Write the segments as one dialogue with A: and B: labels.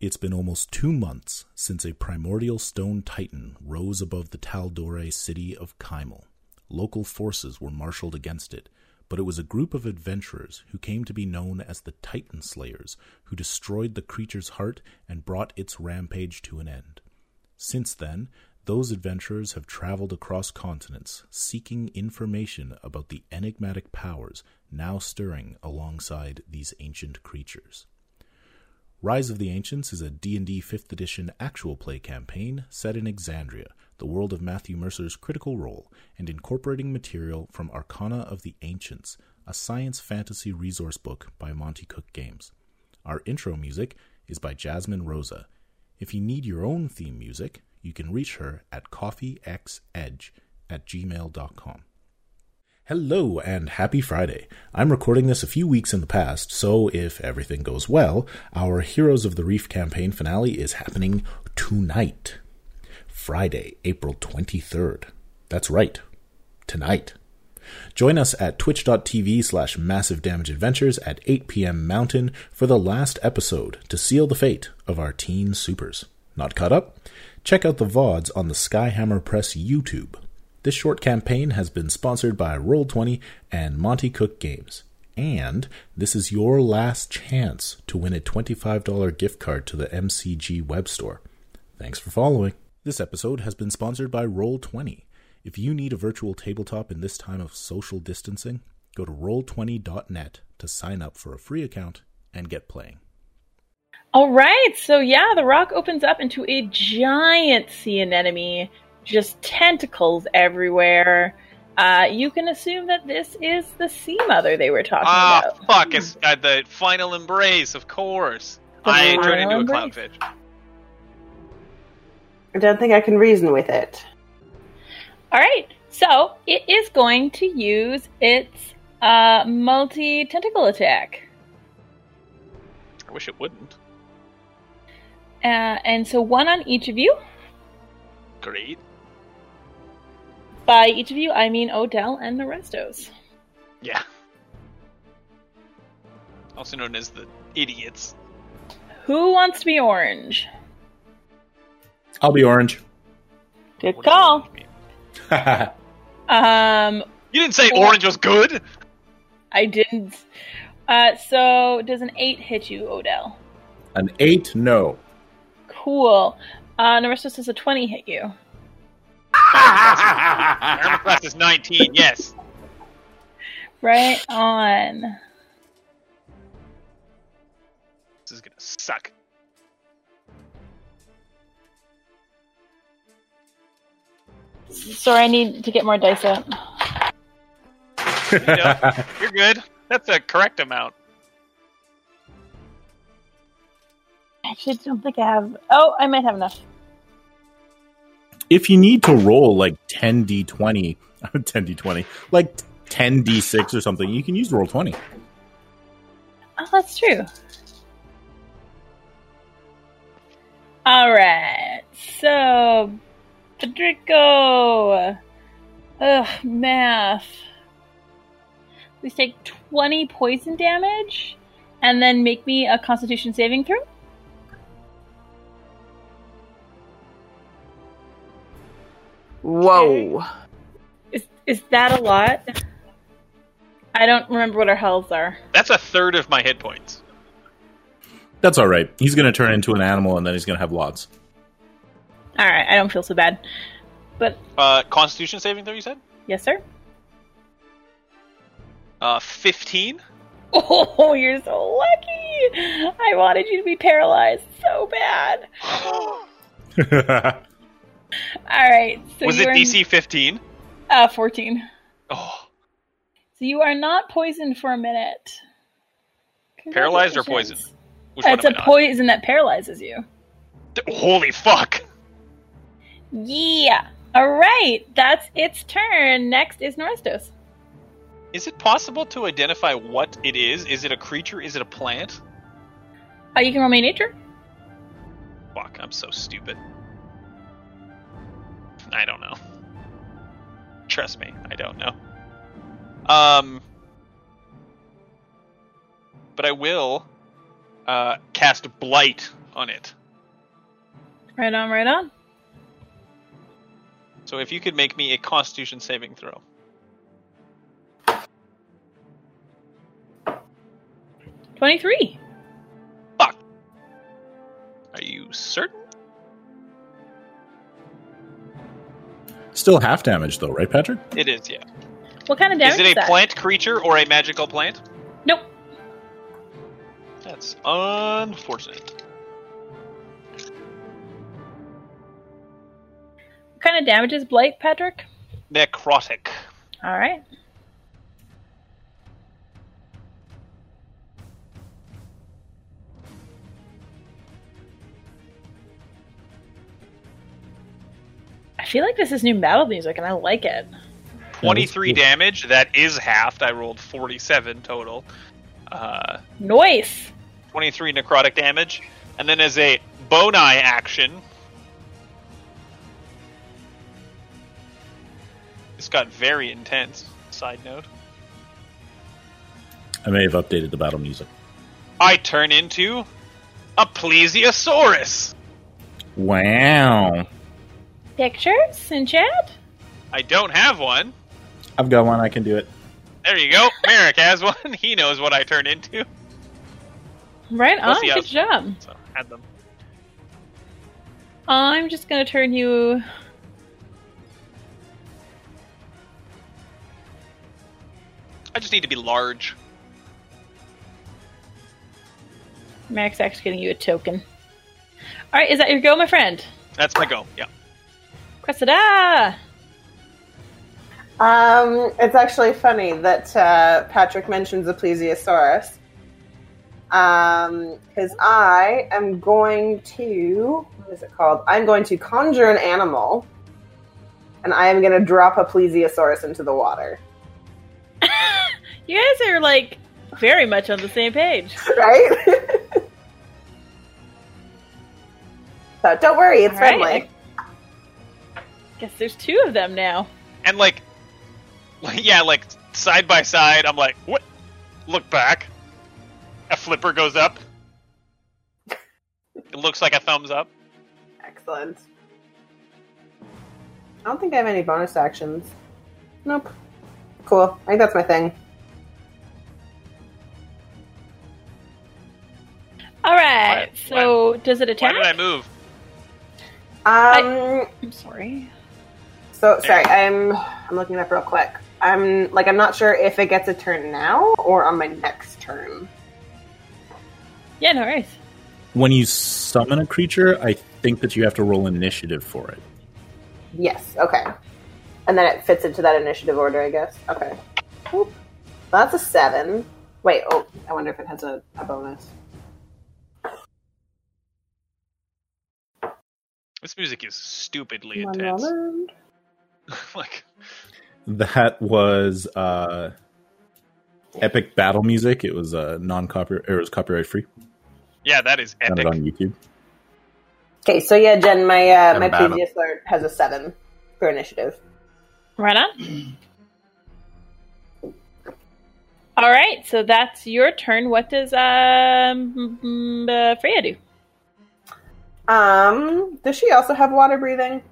A: It's been almost two months since a primordial stone titan rose above the Taldore city of Kymel. Local forces were marshaled against it, but it was a group of adventurers who came to be known as the Titan Slayers who destroyed the creature's heart and brought its rampage to an end. Since then, those adventurers have traveled across continents seeking information about the enigmatic powers now stirring alongside these ancient creatures. Rise of the Ancients is a D&D 5th edition actual play campaign set in Exandria, the world of Matthew Mercer's Critical Role, and incorporating material from Arcana of the Ancients, a science fantasy resource book by Monty Cook Games. Our intro music is by Jasmine Rosa. If you need your own theme music, you can reach her at coffeexedge at gmail.com. Hello and happy Friday. I'm recording this a few weeks in the past, so if everything goes well, our Heroes of the Reef campaign finale is happening tonight. Friday, April 23rd. That's right, tonight. Join us at twitch.tv slash massive damage adventures at 8 p.m. Mountain for the last episode to seal the fate of our teen supers. Not caught up? Check out the VODs on the Skyhammer Press YouTube. This short campaign has been sponsored by Roll20 and Monty Cook Games. And this is your last chance to win a $25 gift card to the MCG web store. Thanks for following. This episode has been sponsored by Roll20. If you need a virtual tabletop in this time of social distancing, go to roll20.net to sign up for a free account and get playing.
B: All right, so yeah, the rock opens up into a giant sea anemone, just tentacles everywhere. Uh, you can assume that this is the sea mother they were talking
C: Ah,
B: about.
C: fuck! It's uh, the final embrace, of course.
B: The
C: I turned
B: final
C: into a
B: embrace.
C: clownfish.
D: I don't think I can reason with it.
B: All right, so it is going to use its uh, multi tentacle attack.
C: I wish it wouldn't.
B: Uh, and so one on each of you.
C: Great.
B: By each of you, I mean Odell and the restos.
C: Yeah. Also known as the idiots.
B: Who wants to be orange?
A: I'll be orange.
B: Good
C: What does
B: call.
C: orange mean?
B: Um,
C: You didn't say orange was good.
B: I didn't. Uh, so does an eight hit you, Odell?
A: An 8? No.
B: Cool. Uh, Naristos does a twenty hit you.
C: My armor class is 19. Yes.
B: Right on.
C: This is gonna suck.
B: Sorry, I need to get more dice out.
C: Yeah. You're good. That's the correct amount.
B: I actually don't think I have. Oh, I might have enough.
A: if you need to roll like 10d20 10d20 like 10d6 or something you can use roll 20
B: Oh, that's true. All right. So, Federico. Ugh, math. Please take 20 poison damage and then make me a constitution saving throw.
D: Whoa.
B: Is, is that a lot? I don't remember what our healths are.
C: That's a third of my hit points.
A: that's all right he's going to turn into an animal and then he's going to have lots
B: All right, I don't feel so bad. But,
C: Uh, Constitution saving throw. You said.
B: yes, sir?
C: Uh, 15.
B: Oh, you're so lucky! I wanted you to be paralyzed so bad. All right, so
C: was
B: you
C: it
B: are
C: DC 15?
B: uh, fourteen.
C: Oh,
B: So you are not poisoned for a minute.
C: Paralyzed or
B: Congratulations.
C: which one
B: it's
C: am I
B: a
C: not?
B: poison that paralyzes you.
C: D- Holy fuck!
B: Yeah. All right, that's its turn. Next is Noristos.
C: Is it possible to identify what it is? Is it a creature? Is it a plant?
B: Uh, you can roll me nature.
C: Fuck, I'm so stupid. I don't know. Trust me, I don't know. Um, but I will uh, cast Blight on it.
B: Right on, right on.
C: So if you could make me a Constitution saving throw.
B: Twenty-three.
C: Are you certain?
E: Still half damage though, right, Patrick?
C: It is, yeah.
B: What kind of damage
C: Is
B: is,
C: it a
B: that?
C: plant creature or a magical plant?
B: Nope.
C: That's unfortunate.
B: What kind of damage is blight, Patrick?
C: Necrotic.
B: All right. I feel like this is new battle music, and I like it.
C: 23
E: cool.
C: damage. That is halved. I rolled 47 total. Uh,
B: Noise.
C: 23 necrotic damage. And then as a boni action. This got very intense. Side note.
E: I may have updated the battle music.
C: I turn into a plesiosaurus.
A: Wow.
B: Pictures in chat.
C: I don't have one.
A: I've got one. I can do it.
C: There you go. Merrick has one. He knows what I turn into.
B: Right
C: Plus
B: on.
C: he
B: Good
C: has-
B: job.
C: So had them.
B: I'm just gonna turn you.
C: I just need to be large.
B: Max actually getting you a token. All right, is that your go, my friend?
C: That's my go. Yeah.
B: Cressida.
D: Um, it's actually funny that uh, Patrick mentions the plesiosaurus. Um, because I am going to what is it called? I'm going to conjure an animal, and I am going to drop a plesiosaurus into the water.
B: You guys are like very much on the same page.
D: Right? so don't worry, it's
B: All right.
D: friendly.
B: Guess there's two of them now.
C: And like, yeah, like side by side. I'm like, what? Look back. A flipper goes up. It looks like a thumbs up.
D: Excellent. I don't think I have any bonus actions. Nope. Cool. I think that's my thing.
B: All right.
C: Why-
B: so does it
C: Why
B: attack?
C: did I move?
D: Um.
B: I'm sorry.
D: So sorry. I'm. I'm looking it up real quick. I'm like I'm not sure if it gets a turn now or on my next turn.
B: Yeah, no worries.
A: When you summon a creature, I think that you have to roll initiative for it.
D: Yes. Okay. And then it fits into that initiative order, I guess. Okay. Oop. That's a seven. Wait. Oh, I wonder if it has a, a bonus.
C: This music is stupidly
D: One
C: intense.
D: moment.
C: like,
A: That was uh, epic battle music. It was uh, non copyright. It was copyright free.
C: yeah, that is
A: Found it
C: epic.
A: on YouTube.
D: Okay. So yeah, Jen, my uh, my
F: About it.
D: previous alert has a seven for initiative.
B: Right on. All right. So that's your turn. What does um mm, uh, Freya do?
D: Um, does she also have water breathing?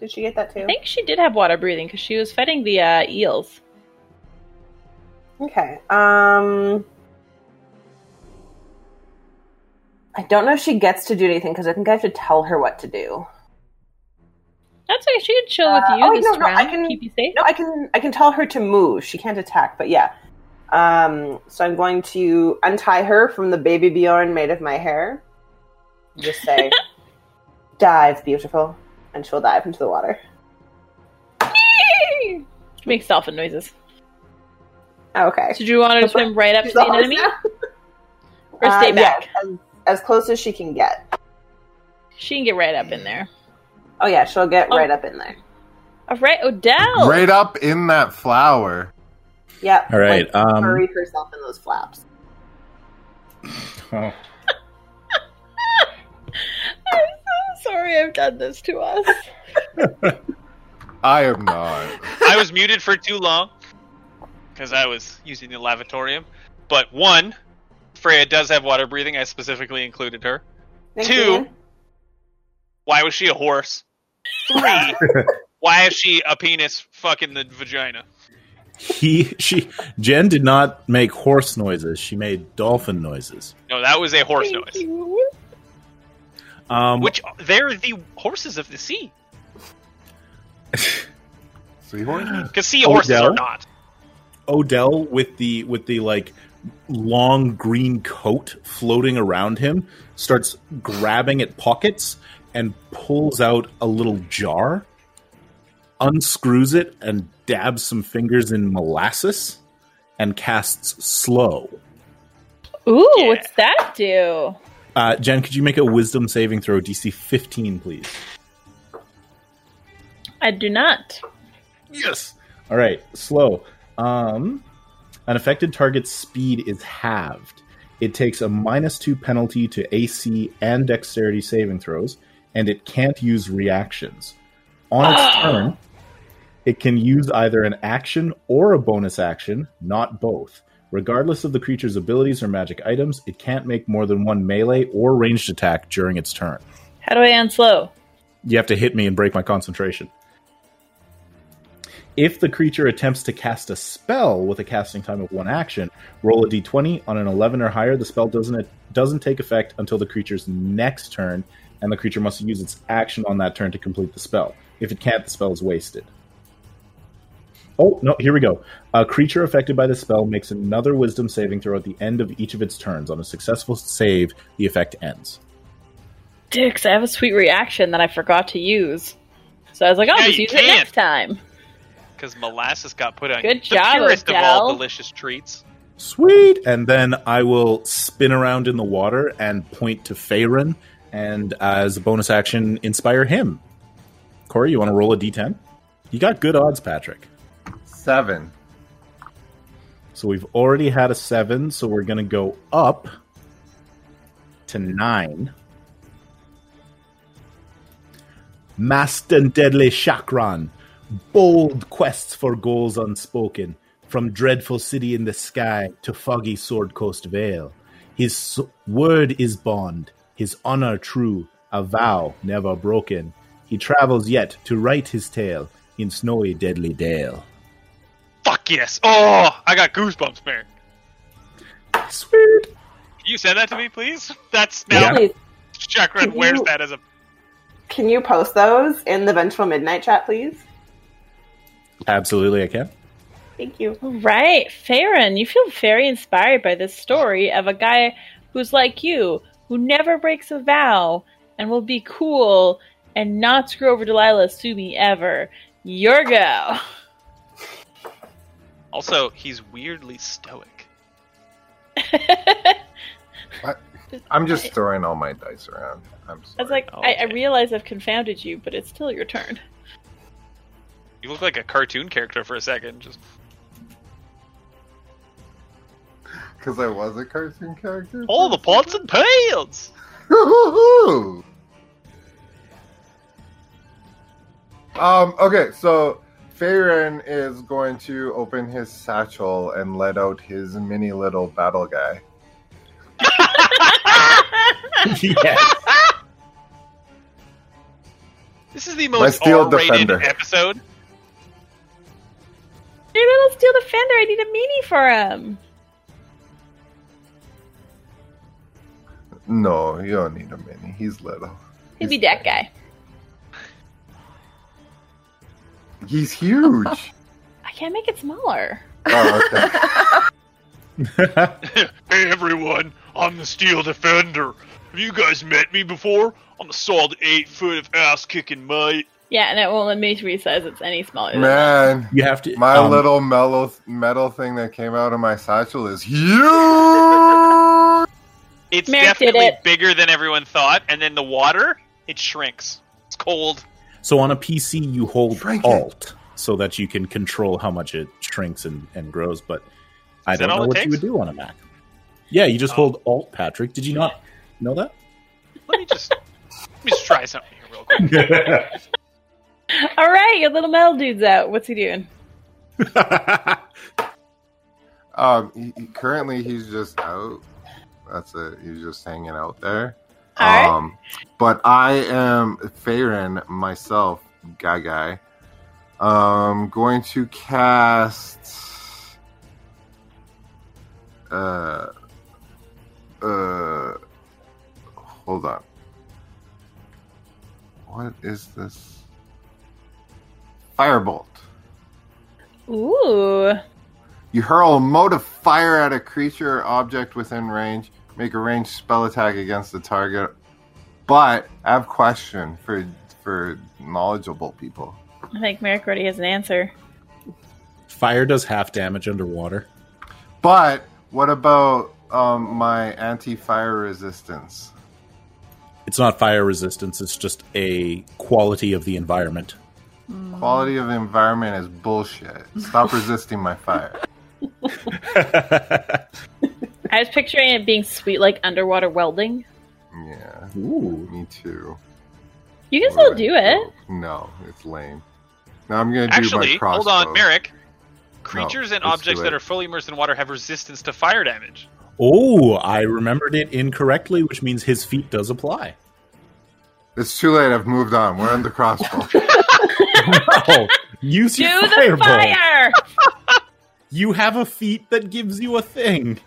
D: Did she get that too?
B: I think she did have water breathing because she was fighting the uh, eels.
D: Okay. Um, I don't know if she gets to do anything because I think I have to tell her what to do.
B: That's okay. She can chill with
D: Uh,
B: you
D: oh,
B: this
D: no, no, I
B: round.
D: can-
B: Keep you safe.
D: No, I can I can tell her to move. She can't attack, but yeah. Um, so I'm going to untie her from the baby Bjorn made of my hair. Just say, "Dive, beautiful," and she'll dive into the water.
B: Make dolphin noises.
D: Okay.
B: So do you want to
D: That's
B: swim right up to the
D: Dolphins
B: enemy
D: now?
B: or stay
D: Uh,
B: back?
D: Yeah, as, as close as she can get.
B: She can get right up in there.
D: Oh yeah, she'll get
B: Oh.
D: right up in there.
B: All right, Odell.
F: Right up in that flower.
D: Yeah.
A: All right.
D: like,
A: Um,
D: bury herself in those flaps.
A: oh,
B: I'm so sorry I've done this to us.
F: I am not.
C: I was muted for too long because I was using the lavatorium. But one, Freya does have water breathing. I specifically included her.
D: Thank
C: Two.
D: you.
C: Why was she a horse? Three. Why is she a penis fucking the vagina?
A: He, she, Jen did not make horse noises. She made dolphin noises.
C: No, that was a horse noise.
B: you.
A: Um,
C: Which they're the horses of the sea.
F: Seahorse?
C: Because sea horses
A: Odell?
C: are not.
A: Odell with the with the like long green coat floating around him starts grabbing at pockets and pulls out a little jar, unscrews it and dabs some fingers in molasses and casts slow.
B: Ooh,
C: Yeah.
B: what's that do?
A: Uh, Jen, could you make a wisdom saving throw DC 15, please?
B: I do not.
A: Yes. All right, slow. Um, an affected target's speed is halved. It takes a minus two penalty to AC and dexterity saving throws, and it can't use reactions. On its
B: Ah.
A: turn, it can use either an action or a bonus action, not both. Regardless of the creature's abilities or magic items, it can't make more than one melee or ranged attack during its turn.
B: How do I unslow?
A: You have to hit me and break my concentration. If the creature attempts to cast a spell with a casting time of one action, roll a d20. On an 11 or higher, the spell doesn't doesn't take effect until the creature's next turn, and the creature must use its action on that turn to complete the spell. If it can't, the spell is wasted. Oh no! Here we go. A creature affected by the spell makes another Wisdom saving throw at the end of each of its turns. On a successful save, the effect ends.
B: Dix, I have a sweet reaction that I forgot to use. So I was like, I'll
C: Yeah,
B: just
C: you
B: use it
C: can.
B: next time.
C: Because molasses got put on
B: Good
C: the
B: job,
C: purest of all
B: Odell.
C: delicious treats.
A: Sweet. And then I will spin around in the water and point to Faerun, and uh, as a bonus action, inspire him. Corey, you want to roll a d10? You got good odds, Patrick.
F: Seven.
A: So we've already had a seven, so we're going to go up to nine. Master and Deadly Chakran, bold quests for goals unspoken, from dreadful city in the sky to foggy sword coast vale. His s- word is bond, his honor true, a vow never broken. He travels yet to write his tale in snowy Deadly Dale.
C: Fuck yes. Oh, I got goosebumps, man.
A: Sweet.
C: Can you send that to me, please? That's now.
D: Please,
C: Chakran
D: Can
C: wears
D: you-
C: that as a.
D: Can you post those in the Vengeful Midnight chat, please?
A: Absolutely, I can.
D: Thank you.
B: All Right, Farron, you feel very inspired by this story of a guy who's like you, who never breaks a vow and will be cool and not screw over Delilah Sumi ever. Your go.
C: Also, he's weirdly stoic.
F: I'm just throwing all my dice around. I'm sorry.
B: I was like, I, I realize I've confounded you, but it's still your turn.
C: You look like a cartoon character for a second. Just
F: Because I was a cartoon character?
C: all the pots and pails.
F: Hoo-hoo-hoo! um, okay, so Faerun is going to open his satchel and let out his mini little battle guy.
A: yes.
C: This is the most
F: steel
C: R-rated
F: defender.
C: episode.
B: Your little steel defender, I need a meanie for him.
F: No, you don't need a mini. He's little.
B: He'd be that guy.
F: He's huge.
B: I can't make it smaller.
F: oh, okay.
C: hey everyone, I'm the Steel Defender. Have you guys met me before? I'm a solid eight foot of ass kicking might.
B: Yeah, and it won't let me resize it's any smaller. than that.
F: Man,
A: You have to.
F: my
A: um,
F: little mellow metal thing that came out of my satchel is huge.
C: It's
B: Merrick did
C: definitely
B: it.
C: bigger than everyone thought, and then the water, it shrinks. It's cold.
A: So on a PC, you hold
F: Shrink it.
A: Alt so that you can control how much it shrinks and, and grows. But I
C: Is
A: don't
C: that all
A: know
C: it
A: what you
C: takes?
A: would do on a Mac. Yeah, you just
C: Oh.
A: hold Alt, Patrick. Did you not know that?
C: Let me just let me just try something here real quick.
B: All right, your little metal dude's out. What's he doing?
F: Um, he, he- currently he's just out. That's it. He's just hanging out there.
B: All right.
F: but I am Farin myself, guy guy. Um, going to cast. Uh, uh, hold on. What is this? Firebolt.
B: Ooh.
F: You hurl a mote of fire at a creature or object within range. Make a ranged spell attack against the target. But I have a question for for knowledgeable people.
B: I think Merrick already has an answer.
A: Fire does half damage underwater.
F: But what about um, my anti-fire resistance?
A: It's not fire resistance, it's just a quality of the environment.
F: Quality of environment is bullshit. Stop resisting my fire.
B: I was picturing it being sweet like underwater welding.
F: Yeah,
A: Ooh.
F: me too.
B: You can still
F: Alright,
B: do it.
F: No, it's lame. Now I'm gonna do my
C: Actually,
F: crossbow.
C: hold on, Merrick. Creatures and
F: let's
C: objects
F: do
C: that
F: it.
C: are fully immersed in water have resistance to fire damage.
A: Oh, I remembered it incorrectly, which means his feet does apply.
F: It's too late. I've moved on. We're on the crossbow.
A: Oh, use
B: Do
A: your
B: the
A: fireball.
B: fire!
A: You have a feat that gives you a thing.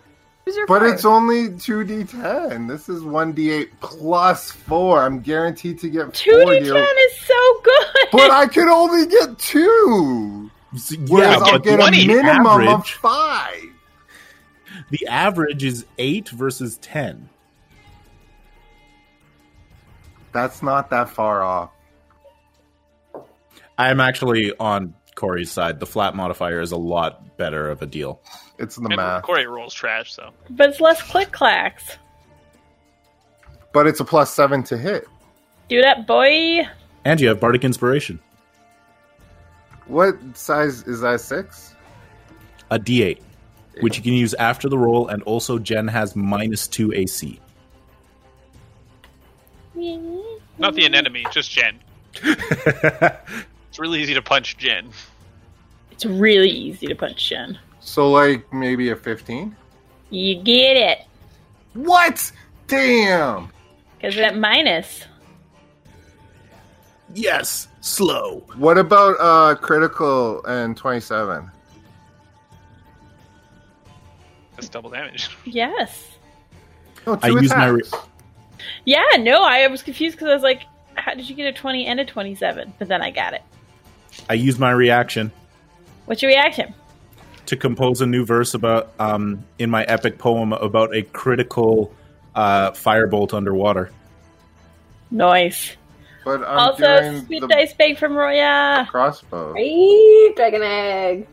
G: Who's your
F: But
G: fire?
F: it's only 2d10. This is 1d8 plus 4. I'm guaranteed to get 4
B: 2d10
F: you-
B: is so good!
F: But I can only get 2.
A: S-
F: Whereas
C: I
F: I'll
C: get
F: get
C: 20.
F: a minimum of
A: average,
F: 5.
A: the average is eight versus ten.
F: That's not that far off.
A: I'm actually on Corey's side. The flat modifier is a lot better of a deal.
F: It's in the
C: And
F: math.
C: Corey rolls trash, so
B: But it's less click clacks.
F: But it's a plus 7 to hit.
B: Do that, boy.
A: And you have Bardic Inspiration,
F: What size is that? 6?
A: a D8, which you can use after the roll, and also Jen has minus two AC.
C: not the anemone, just Jen. it's really easy to punch Jen.
B: It's really easy to punch Shin.
F: So, like, maybe a 15?
B: You get it.
F: What? Damn!
B: Because that minus.
A: Yes, slow.
F: What about uh critical and 27?
C: That's double damage.
B: Yes.
F: No,
A: I
F: two
A: use my re-
F: attacks.
B: Yeah, no, I was confused because I was like, how did you get a 20 and a 27? But then I got it.
A: I use my reaction
B: What's your reaction?
A: to compose a new verse about um, in my epic poem about a critical uh, firebolt underwater.
B: Nice.
F: But I'm
B: also,
F: doing
B: sweet
F: the
B: dice bag from Roya.
F: crossbow.
D: Hey, dragon egg.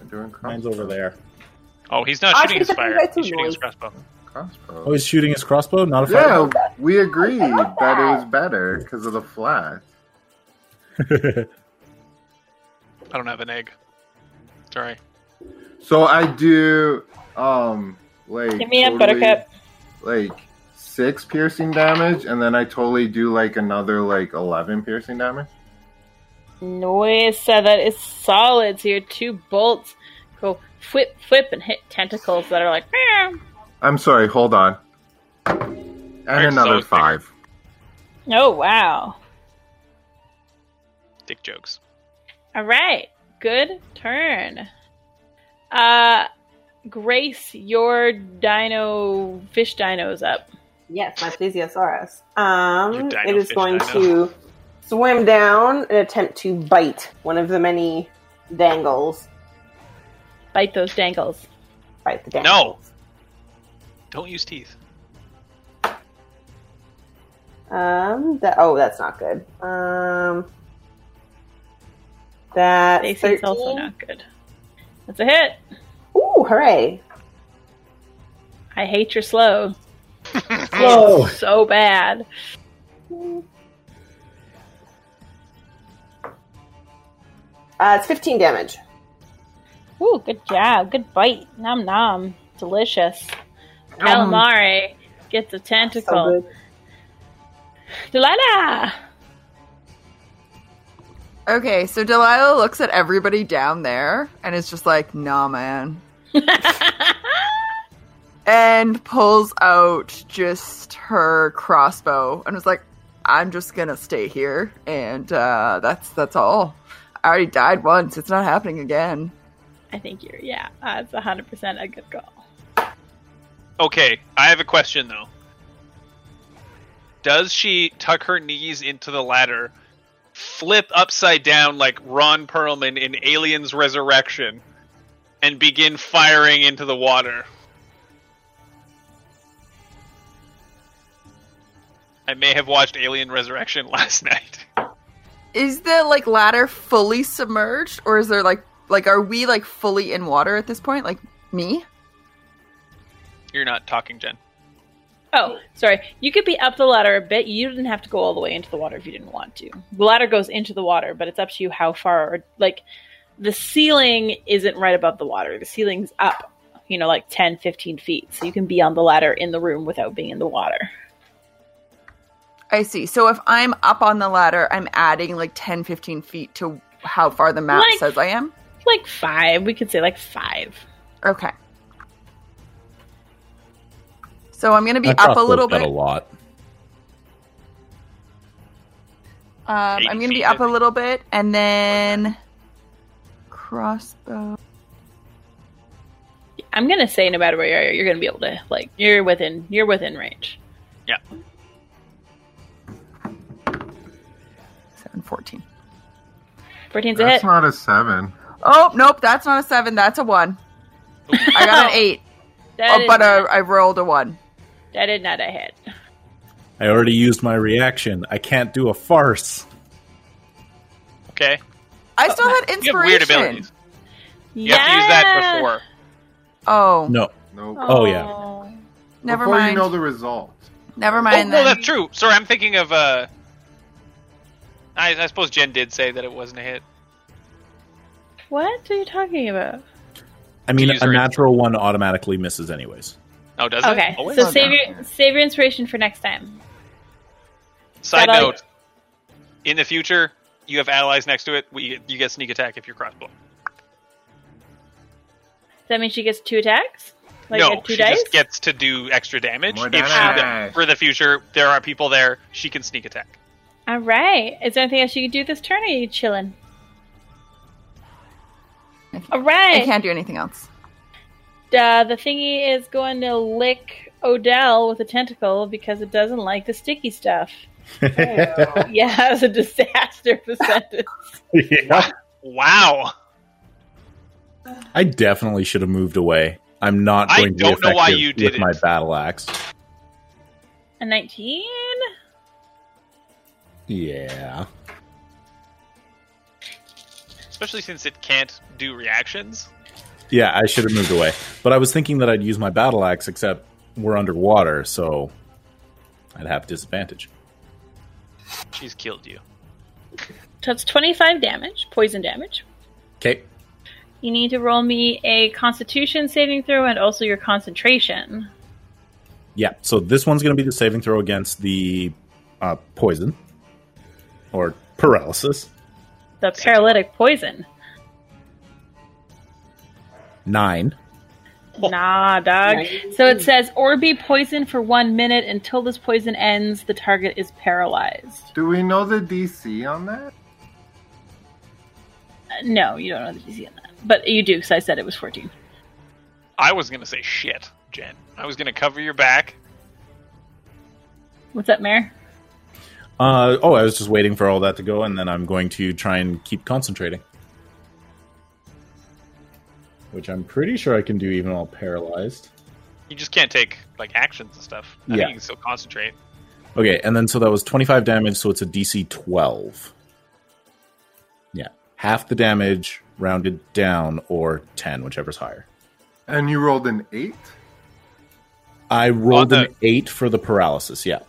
F: I'm doing crossbow.
A: Mine's over there.
C: Oh, he's not
D: Ah, I
C: shooting
D: think
C: his
D: the
C: fire.
D: fire's too
C: He's shooting his
D: noisy.
C: crossbow.
A: Oh,
F: Crossbow.
A: he's shooting his crossbow, not a
F: Yeah,
A: fireball.
F: we agreed
D: love
F: that it
D: that.
F: was better because of the flat.
C: I don't have an egg. Sorry.
F: So I do um like
B: Hit me up,
F: totally,
B: Buttercup.
F: Like six piercing damage, and then I totally do like another like eleven piercing damage.
B: Noise said uh, that is solid. So your two bolts go whip, whip, and hit tentacles that are like, meow.
F: I'm sorry, hold on. And
C: Alright,
F: another
C: so-
F: five.
B: oh, wow.
C: Dick jokes.
B: All right. Good turn. Uh, Grace, your dino, fish dino's up.
D: Yes, my plesiosaurus.
C: Your
D: Um,
C: dino
D: it is
C: fish
D: going
C: dino.
D: to swim down and attempt to bite one of the many dangles.
B: Bite those dangles.
D: Bite
C: No.
D: the dangles.
C: Don't use teeth.
D: No. Um. That. Oh, that's not good. Um. That.
B: AC is also not good. That's a hit.
D: Ooh! Hooray!
B: I hate your slow.
A: Whoa.
B: So bad.
D: Uh, it's 15 damage.
B: Ooh, good job. Good bite. Nom nom. Delicious. Calamari gets a
D: So
B: tentacle.
D: good.
B: Delilah!
G: Okay, so Delilah looks at everybody down there and is just like, nah, man. and pulls out just her crossbow and was like, "I'm just gonna stay here, and uh, that's that's all. I already died once; it's not happening again."
B: I think you're, yeah, that's 100% a good call.
C: Okay, I have a question though. Does she tuck her knees into the ladder, flip upside down like Ron Perlman in Aliens Resurrection, and begin firing into the water? I may have watched Alien Resurrection last night.
G: Is the like ladder fully submerged, or is there like like are we like fully in water at this point? Like me?
C: You're not talking, Jen.
B: Oh, sorry. You could be up the ladder a bit. You didn't have to go all the way into the water if you didn't want to. The ladder goes into the water, but it's up to you how far. Or, like, the ceiling isn't right above the water. The ceiling's up, you know, like 10, 15 feet. So you can be on the ladder in the room without being in the water.
G: I see. So if I'm up on the ladder, I'm adding like 10, 15 feet to how far the map
B: Like-
G: says I am.
B: Like five. We could say like five.
G: Okay. So I'm gonna be
H: I
G: up a
H: crossbow's
G: little
H: got
G: bit.
H: A lot.
G: Um,
C: 80
G: I'm gonna be
C: feet,
G: up a
C: maybe.
G: little bit and then crossbow.
B: I'm going to say no matter where you are, you're going to be able to, like, you're within, you're within range.
C: Yeah.
G: Seven fourteen.
B: 14's a
F: That's
B: hit.
F: not a seven.
G: Oh nope, that's not a seven. That's a one. I got an eight,
B: That
G: oh,
B: is
G: but uh,
B: not-
G: I rolled a one.
B: that is not a hit.
A: I already used my reaction. I can't do a farce.
C: Okay.
G: I still had inspiration.
C: You have weird abilities. You have to use that before.
G: Oh
A: No.
F: Nope.
A: Oh, yeah.
G: never
F: Before
G: mind.
F: you know the result.
G: never
C: Oh,
G: mind.
C: no,
G: then.
C: that's true. Sorry, I'm thinking of. uh I, I suppose Jen did say that it wasn't a hit.
B: What are you talking about?
A: I mean,
C: User
A: a natural one automatically misses, anyways.
C: Oh, does
B: Okay,
C: it? Always?
B: so save your save your inspiration for next time.
C: Side
B: But I-
C: note: In the future, you have allies next to it. We, get- you get sneak attack if you're crossbow.
B: Does that mean she gets two attacks? Like
C: no,
B: uh, two
C: she
B: dice?
C: just gets to do extra damage.
F: More
C: if she does-
F: damage.
C: for the future, there are people there. She can sneak attack.
B: All right. Is there anything else you can do this turn? Or are you chilling? All
G: I
B: right.
G: can't do anything else.
B: Uh, the thingy is going to lick Odell with a tentacle because it doesn't like the sticky stuff. yeah, that was a disaster of a sentence.
A: Yeah.
C: Wow!
A: I definitely should have moved away. I'm not
C: I
A: going to
C: don't
A: be
C: know why
A: effective
C: you did
A: with my
C: it.
A: battle axe.
B: A nineteen.
A: Yeah.
C: Especially since it can't do reactions.
A: Yeah, I should have moved away. But I was thinking that I'd use my battle axe, except we're underwater, so I'd have disadvantage.
C: She's killed you.
B: So it's twenty-five damage, poison damage.
A: Okay.
B: You need to roll me a Constitution saving throw and also your concentration.
A: Yeah, so this one's going to be the saving throw against the uh, poison or paralysis.
B: The paralytic poison.
A: Nine.
B: Nah, dog. So it says, or be poisoned for one minute until this poison ends. The target is paralyzed.
F: Do we know the DC on that?
B: Uh, No, you don't know the DC on that, but you do because I said it was fourteen.
C: I was gonna say shit, Jen. I was gonna cover your back.
B: What's up, Mayor?
A: Uh, oh, I was just waiting for all that to go, and then I'm going to try and keep concentrating. Which I'm pretty sure I can do even while paralyzed.
C: You just can't take like actions and stuff. I
A: Yeah.
C: think you can still concentrate.
A: Okay, and then so that was 25 damage, so it's a DC 12. Yeah. Half the damage rounded down, or 10, whichever's higher.
F: And you rolled an eight?
A: I rolled
C: On the-
A: an eight for the paralysis. Yeah.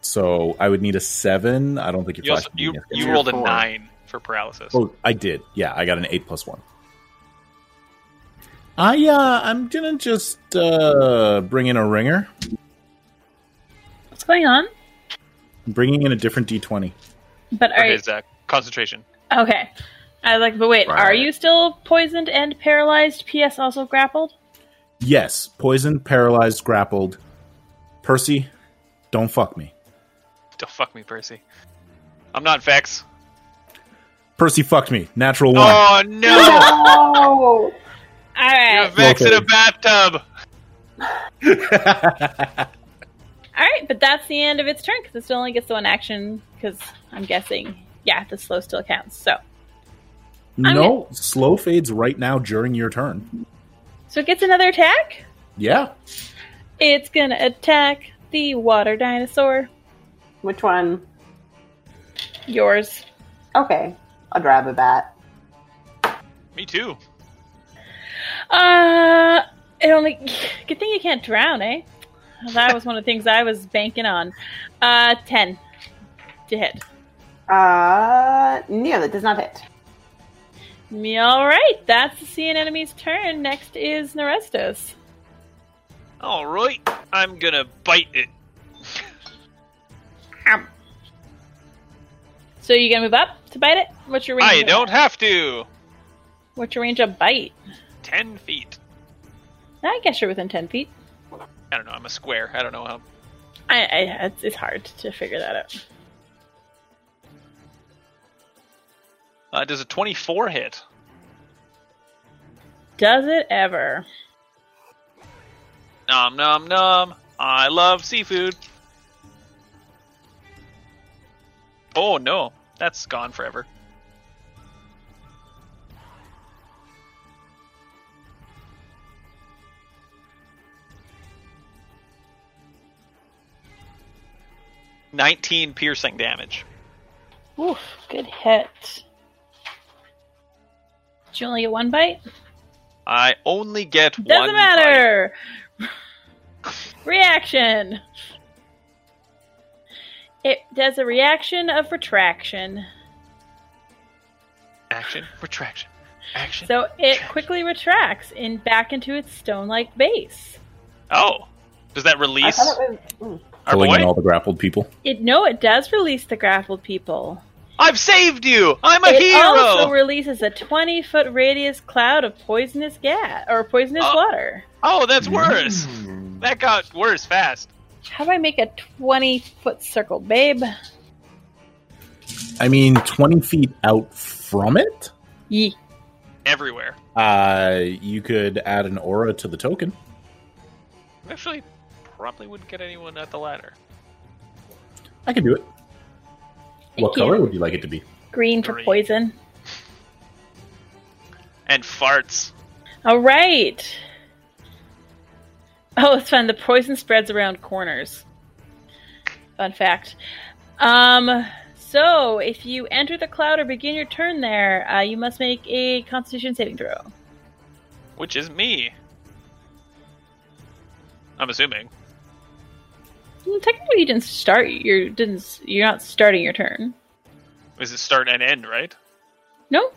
A: So I would need a seven. I don't think you
C: You, also,
A: flashed.
C: you,
F: It's
C: you
F: your
C: rolled a
F: four.
C: nine for paralysis.
A: oh, I did. Yeah, I got an eight plus one. I uh, I'm gonna just uh, bring in a ringer.
B: What's going on?
A: I'm bringing in a different d20.
B: But
C: For
B: are you,
C: his, uh, concentration.
B: okay. I was like, but wait,
F: Right.
B: are you still poisoned and paralyzed? P.S. Also grappled.
A: Yes, poisoned, paralyzed, grappled. Percy, don't fuck me.
C: Don't fuck me, Percy. I'm not Vex.
A: Percy fucked me. Natural one.
C: Oh no!
D: No!
B: All
C: You're
B: right.
C: Vex in a
A: Okay.
C: bathtub.
B: All right, but that's the end of its turn because it still only gets the one action because I'm guessing, yeah, the slow still counts. So,
A: no, slow fades right now during your turn.
B: so it gets another attack.
A: Yeah.
B: It's gonna attack the water dinosaur.
D: Which one?
B: Yours.
D: Okay, I'll grab a bat.
C: Me too.
B: Uh, it only. Good thing you can't drown, eh? That was one of the things I was banking on. Uh, ten to hit.
D: Uh, no, that does not hit.
B: Me, all right. That's the sea and enemy's turn. Next is Narestos.
C: All right, I'm gonna bite it.
B: So you gonna move up to bite it? What's your range?
C: I
B: of-
C: don't have to.
B: What's your range of bite?
C: Ten feet.
B: I guess you're within ten feet.
C: I don't know. I'm a square. I don't know how.
B: I, I it's, it's hard to figure that out.
C: Uh, does a 24 hit?
B: Does it ever?
C: Nom nom nom. I love seafood. Oh no, that's gone forever. Nineteen piercing damage.
B: Oof, good hit. Did you only get one bite?
C: I only get
B: Doesn't
C: one.
B: matter. reaction. It does a reaction of retraction.
C: bite. Action retraction. Action.
B: So it quickly retracts in back into its stone-like base.
C: oh, does that
D: I
C: release
D: thought it was. mm,
C: our
A: Pulling in
C: boy?
A: all the grappled people.
B: It no, it does release the grappled people.
C: I've saved you. I'm a
B: it
C: hero.
B: also releases a 20 foot radius cloud of poisonous gas or poisonous
C: Oh.
B: water.
C: Oh, that's worse. That got worse fast.
B: How do I make a 20 foot circle, babe?
A: I mean, 20 feet out from it?
B: Yee.
C: Everywhere.
A: Uh, you could add an aura to the token.
C: Actually, probably wouldn't get anyone at the ladder.
A: I can do it. what
B: Thank you.
A: color would you like it to be?
B: Green for
C: Green.
B: poison.
C: And farts.
B: All right. Oh, it's fun. The poison spreads around corners. Fun fact. Um, so if you enter the cloud or begin your turn there, uh, you must make a Constitution saving throw.
C: Which is me. I'm assuming.
B: Hmm, Technically, you didn't start. You didn't. You're not starting your turn.
C: Is it start and end, right?
B: Nope.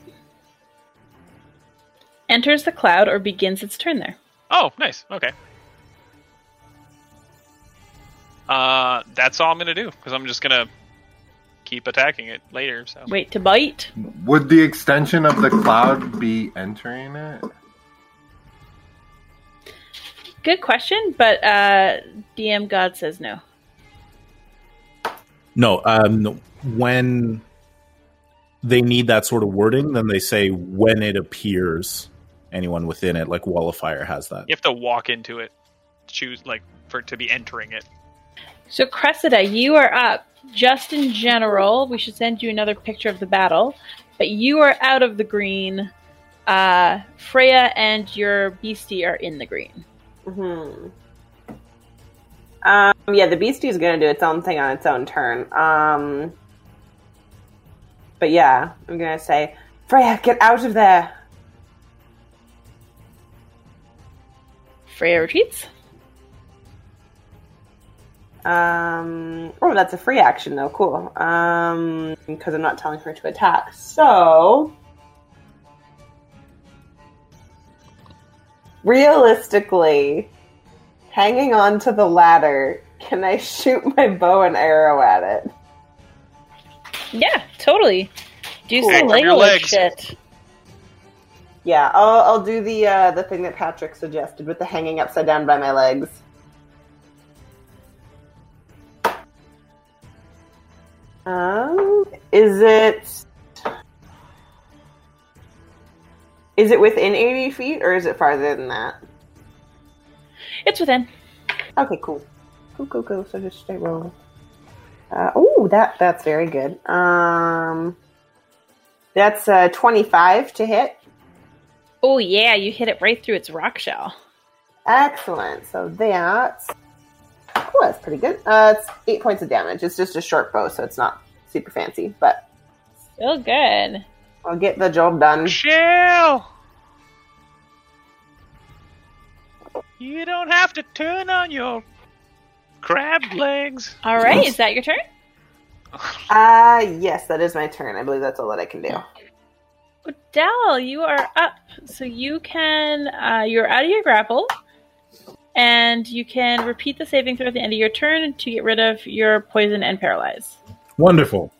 B: Enters the cloud or begins its turn there.
C: Oh, nice. Okay. Uh, that's all I'm gonna do because I'm just gonna keep attacking it later. So
B: Wait to bite.
F: Would the extension of the cloud be entering it?
B: Good question, but uh, DM God says no.
A: No, um, when they need that sort of wording, then they say when it appears anyone within it, like Wall of Fire has that.
C: you have to walk into it, choose like for it to be entering it.
B: So Cressida, you are up. Just in general, we should send you another picture of the battle, but you are out of the green. Uh, Freya and your beastie are in the green.
D: Hmm. Um, yeah, the beastie is going to do its own thing on its own turn. Um, but yeah, I'm going to say, Freya, get out of there.
B: Freya retreats.
D: Um, oh, that's a free action though. Cool. Um, because I'm not telling her to attack. So, realistically, hanging on to the ladder, can I shoot my bow and arrow at it?
B: Yeah, totally. Do
D: Cool.
B: some
D: Act on
C: your
B: language
C: legs.
B: shit.
D: Yeah, I'll, I'll do the uh, the thing that Patrick suggested with the hanging upside down by my legs. Um, is it is it within eighty feet or is it farther than that?
B: It's within.
D: Okay, cool, cool, cool, cool. So just straight roll. Uh, oh, that that's very good. Um, that's uh, twenty five to hit.
B: Oh yeah, you hit it right through its rock shell.
D: Excellent. So that's oh, that's pretty good. Uh, it's eight points of damage. It's just a short bow, so it's not super fancy, but
B: Still good.
D: I'll get the job done.
C: Chill. You don't have to turn on your crab legs.
B: All right, is that your turn?
D: Uh, yes, that is my turn. I believe that's all that I can do.
B: Odell, you are up, so you can uh, you're out of your grapple, and you can repeat the saving throw at the end of your turn to get rid of your poison and paralyze.
A: Wonderful.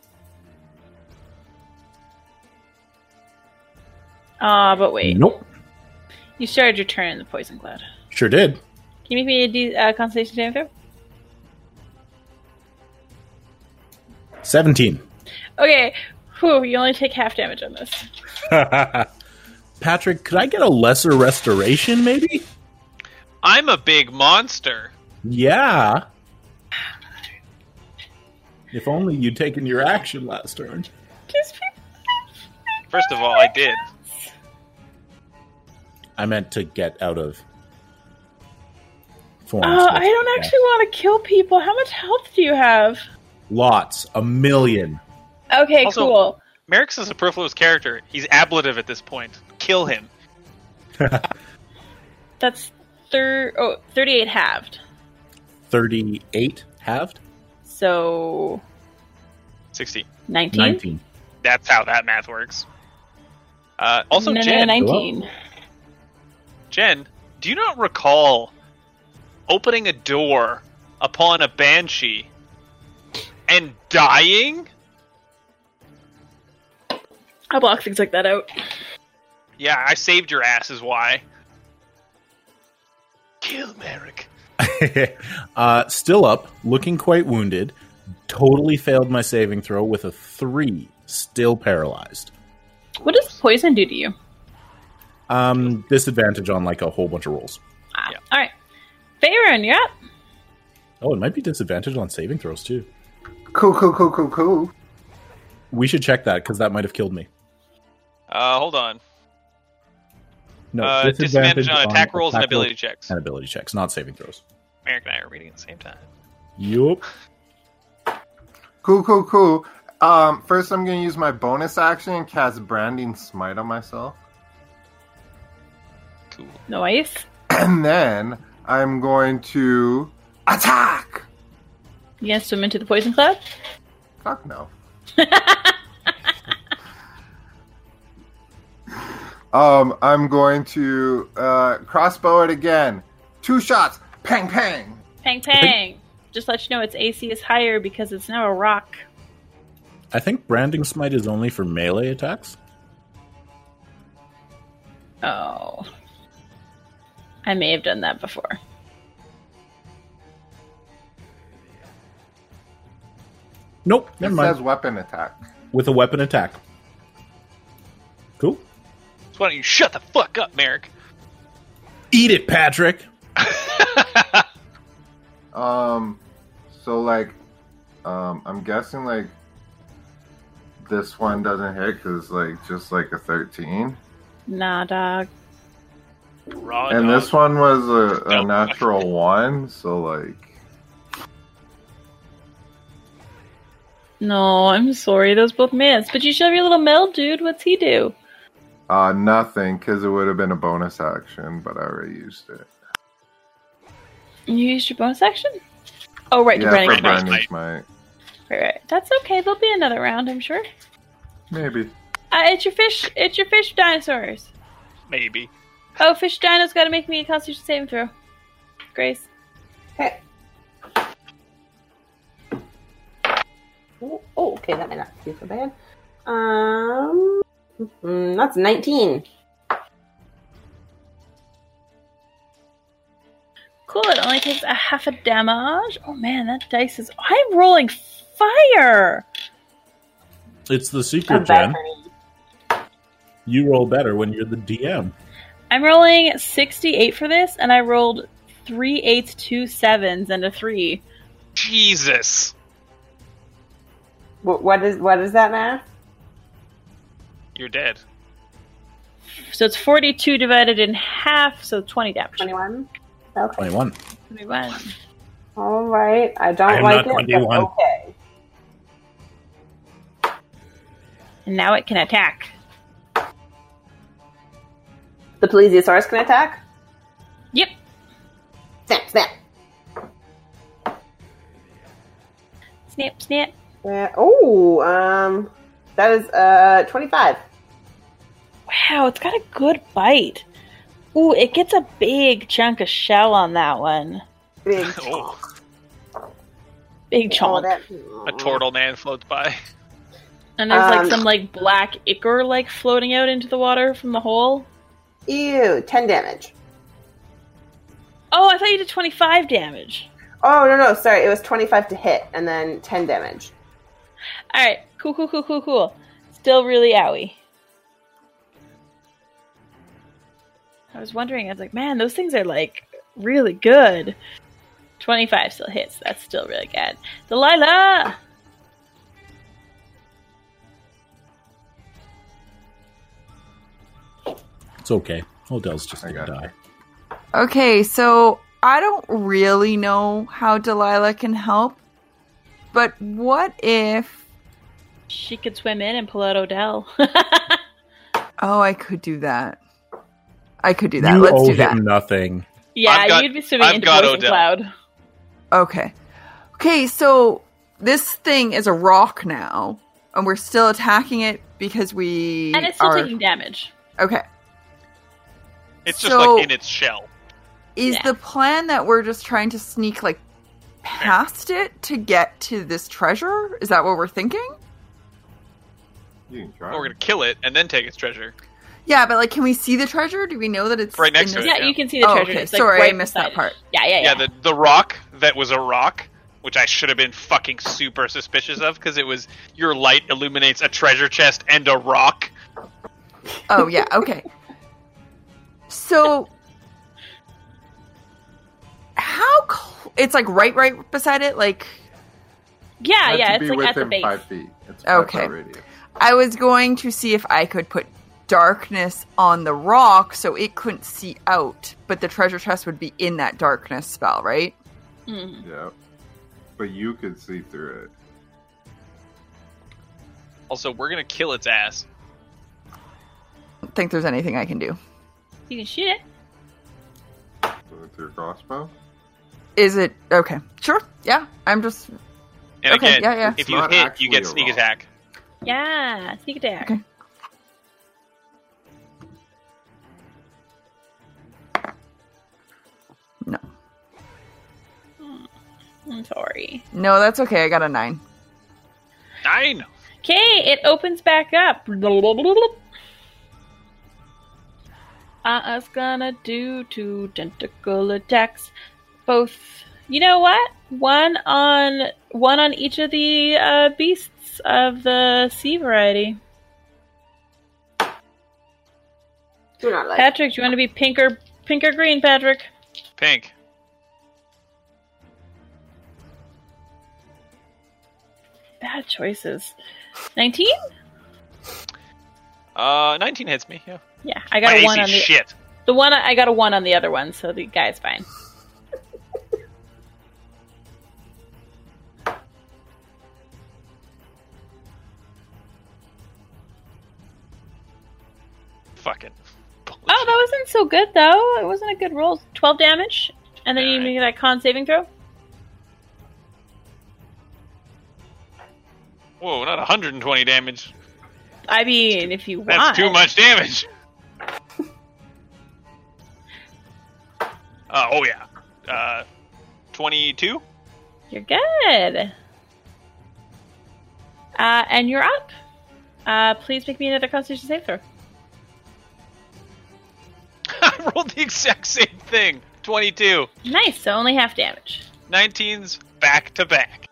B: Ah, but wait,
A: Nope.
B: you started your turn in the poison cloud.
A: Sure did.
B: Can you make me a D, uh, constitution saving throw?
A: 17.
B: Okay, whew, you only take half damage on this.
A: Patrick, could I get a lesser restoration, maybe?
C: I'm a big monster.
A: Yeah. If only you'd taken your action last turn.
B: Just people.
C: First of all, I did.
A: I meant to get out of. Forms,
B: Oh, I
A: but-
B: don't
A: yeah.
B: actually want to kill people. How much health do you have?
A: Lots, a million.
B: Okay,
C: Also-
B: cool.
C: Merrick's is a superfluous character. He's ablative at this point. Kill him.
B: That's thir- oh, 38 halved.
A: 38 halved?
B: So
C: 16.
B: 19?
A: 19.
C: That's how that math works. Uh, also,
B: no, no,
C: Jen,
B: 19.
C: Jen, do you not recall opening a door upon a banshee and dying?
B: I'll block things like that out.
C: Yeah, I saved your ass, is why. Kill Merrick.
A: uh, still up, looking quite wounded. Totally failed my saving throw with a three. Still paralyzed.
B: What does poison do to you?
A: Um, disadvantage on like a whole bunch of rolls.
B: Ah,
C: Yeah.
B: All right. Faerun, you're up.
A: Oh, it might be disadvantage on saving throws too.
F: Cool, cool, cool, cool, cool.
A: We should check that because that might have killed me.
C: Uh, hold on.
A: No,
C: Uh, disadvantage on attack rolls and ability checks.
A: and ability checks, not saving throws.
C: Merrick and I are reading at the same time.
A: Yup.
F: Cool, cool, cool. Um, first, I'm going to use my bonus action and cast Branding Smite on myself.
C: Cool.
B: Nice.
F: And then I'm going to attack!
B: You gonna swim into the poison cloud?
F: Fuck no. um, I'm going to uh, crossbow it again. Two shots. Pang, pang.
B: Pang, pang. Just let you know its AC is higher because it's now a rock.
A: I think branding smite is only for melee attacks.
B: Oh. I may have done that before.
A: Nope,
F: It
A: never mind.
F: says weapon attack.
A: With a weapon attack. Cool.
C: So why don't you shut the fuck up, Merrick?
A: Eat it, Patrick.
F: Um, so like, um, I'm guessing like this one doesn't hit because like just like a 13,
B: Nah, dog.
C: Raw
F: and
C: dog.
F: this one was a, a
C: No.
F: natural one. So like,
B: No, I'm sorry. Those both missed. But you should have your little Mel dude. What's he do?
F: uh, nothing because it would have been a bonus action, but I already used it.
B: You used your bonus action? Oh, right.
F: yeah,
B: you're running
F: for
B: it. Right,
F: Branding Smite.
B: right. That's okay. There'll be another round, I'm sure.
F: Maybe.
B: Uh, it's your fish. It's your fish dinosaurs.
C: Maybe.
B: Oh, fish dino's got to make me a constitution saving throw. Grace.
D: Okay. Oh, oh, okay, hmm, that might not be so bad. Um, mm, that's 19.
B: Cool. It only takes a half a damage. Oh man, that dice is. I'm rolling fire.
A: It's the
D: I'm
A: secret,
D: back,
A: Jen.
D: honey.
A: You roll better when you're the DM.
B: I'm rolling 68 for this, and I rolled three eights, two sevens, and a three.
C: Jesus.
D: Wh- What is what is that now?
C: You're dead.
B: So it's 42 divided in half, so 20 damage.
D: Twenty-one. Okay.
A: 21.
B: 21.
D: All right. I don't
A: I am
D: like
A: not
D: it.
A: 21.
D: But okay.
B: And now it can attack.
D: The plesiosaurus can attack.
B: Yep.
D: Snap! Snap!
B: Snip, snip.
D: Uh, oh, um, that is uh twenty-five.
B: Wow, it's got a good bite. Ooh, it gets a big chunk of shell on that one.
D: Big
C: Oh,
B: Big
D: all
B: chunk.
D: Oh, that-
C: a turtle man floats by.
B: And there's like
D: Um,
B: some like black ichor like floating out into the water from the hole.
D: Ew, ten damage.
B: Oh, I thought you did 25 damage.
D: Oh no no, sorry, it was twenty-five to hit and then ten damage.
B: All right, cool, cool, cool, cool, cool. Still really owie. I was wondering. I was like, man, those things are like really good. Twenty-five still hits. That's still really good. Delilah.
A: It's okay. Odell's just
F: I
A: going to
F: got
A: die.
G: Okay, so I don't really know how Delilah can help, but what if?
B: She could swim in and pull out Odell.
G: Oh, I could do that. I could do that.
A: you
G: Let's
A: owe
G: do that.
A: him nothing.
B: yeah,
C: I've got-
B: you'd be swimming
C: I've
B: into
C: got
B: Poison
C: Odell.
B: Cloud.
G: Okay. Okay, so this thing is a rock now, and we're still attacking it because we
B: And it's still
G: are.
B: taking damage.
G: okay.
C: It's just
G: So-
C: like in its shell.
G: Is
B: Yeah.
G: the plan that we're just trying to sneak like past it to get to this treasure? Is that what we're thinking?
F: You can
C: Or
F: try.
C: We're gonna kill it and then take its treasure.
G: Yeah, but like, can we see the treasure? Do we know that it's
C: Right next to
G: in this-
C: it.
B: Yeah,
C: yeah.
B: you can see the
G: Oh,
B: treasure.
G: okay,
B: It's, like,
G: sorry, I
B: right
G: missed that
B: beside it.
G: part.
B: Yeah, yeah, yeah.
C: Yeah, the the rock that was a rock, which I should have been fucking super suspicious of because it was your light illuminates a treasure chest and a rock.
G: Oh yeah, okay. So how cl- it's like right right beside it like
B: yeah,
F: Had to
B: yeah.
F: be
B: It's like at the
F: within
B: base.
F: Five feet. It's five
G: Okay.
F: foot radius.
G: I was going to see if I could put darkness on the rock so it couldn't see out, but the treasure chest would be in that darkness spell, right?
B: Mhm.
F: Yeah. But you could see through it.
C: Also, we're gonna kill its ass.
G: I don't think there's anything I can do.
B: You can shoot it.
F: With your crossbow?
G: Is it okay? Sure. Yeah. I'm just
C: And
G: Okay,
C: again,
G: yeah, yeah.
C: if
F: It's
C: you
F: not
C: hit,
F: actually
C: you get
F: a
C: sneak
F: rock.
C: attack.
B: Yeah, sneak attack.
G: Okay. No.
B: I'm sorry.
G: No, that's okay. I got a 9.
C: Nine.
B: Okay, it opens back up. I was Uh, gonna do two tentacle attacks. Both. You know what? One on one on each of the uh, beasts of the sea variety.
D: Do not like.
B: Patrick, do you want to be pink or pink or green, Patrick?
C: Pink.
B: Bad choices. Nineteen.
C: Uh, nineteen hits me. Yeah.
B: Yeah, I
C: My
B: got a
C: AC
B: one on the
C: shit.
B: the one. I got a one on the other one, so the guy's fine.
C: Fucking. bullshit.
B: Oh, that wasn't so good though. It wasn't a good roll. Twelve damage, and then you
C: Alright.
B: make that con saving throw.
C: Whoa, not 120 damage.
B: I mean, if you
C: That's
B: want,
C: too much damage. uh, oh yeah. Uh, 22.
B: You're good. Uh, and you're up. Uh, please make me another Constitution save throw.
C: I rolled the exact same thing. 22.
B: Nice, so only half damage.
C: 19's back to back.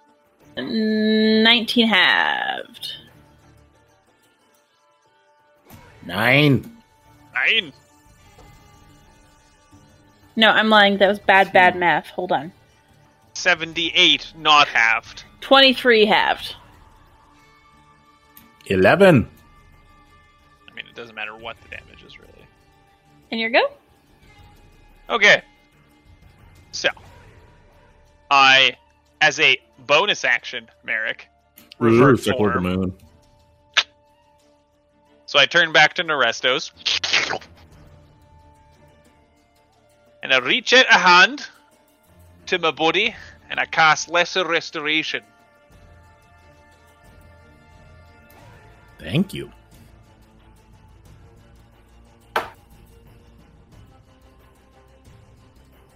B: 19 halved.
H: Nine.
C: Nine.
B: No, I'm lying. That was bad, bad
C: Hmm.
B: math. Hold on.
C: 78, not halved.
B: 23 halved.
H: Eleven.
C: I mean, it doesn't matter what the damage is, really.
B: And you're go?
C: Okay. So, I, as a bonus action, Merrick, revert
A: Ooh, circle of the
C: form.
A: moon.
C: So I turn back to Narestos. And I reach out a hand to my body and I cast Lesser Restoration.
H: Thank you.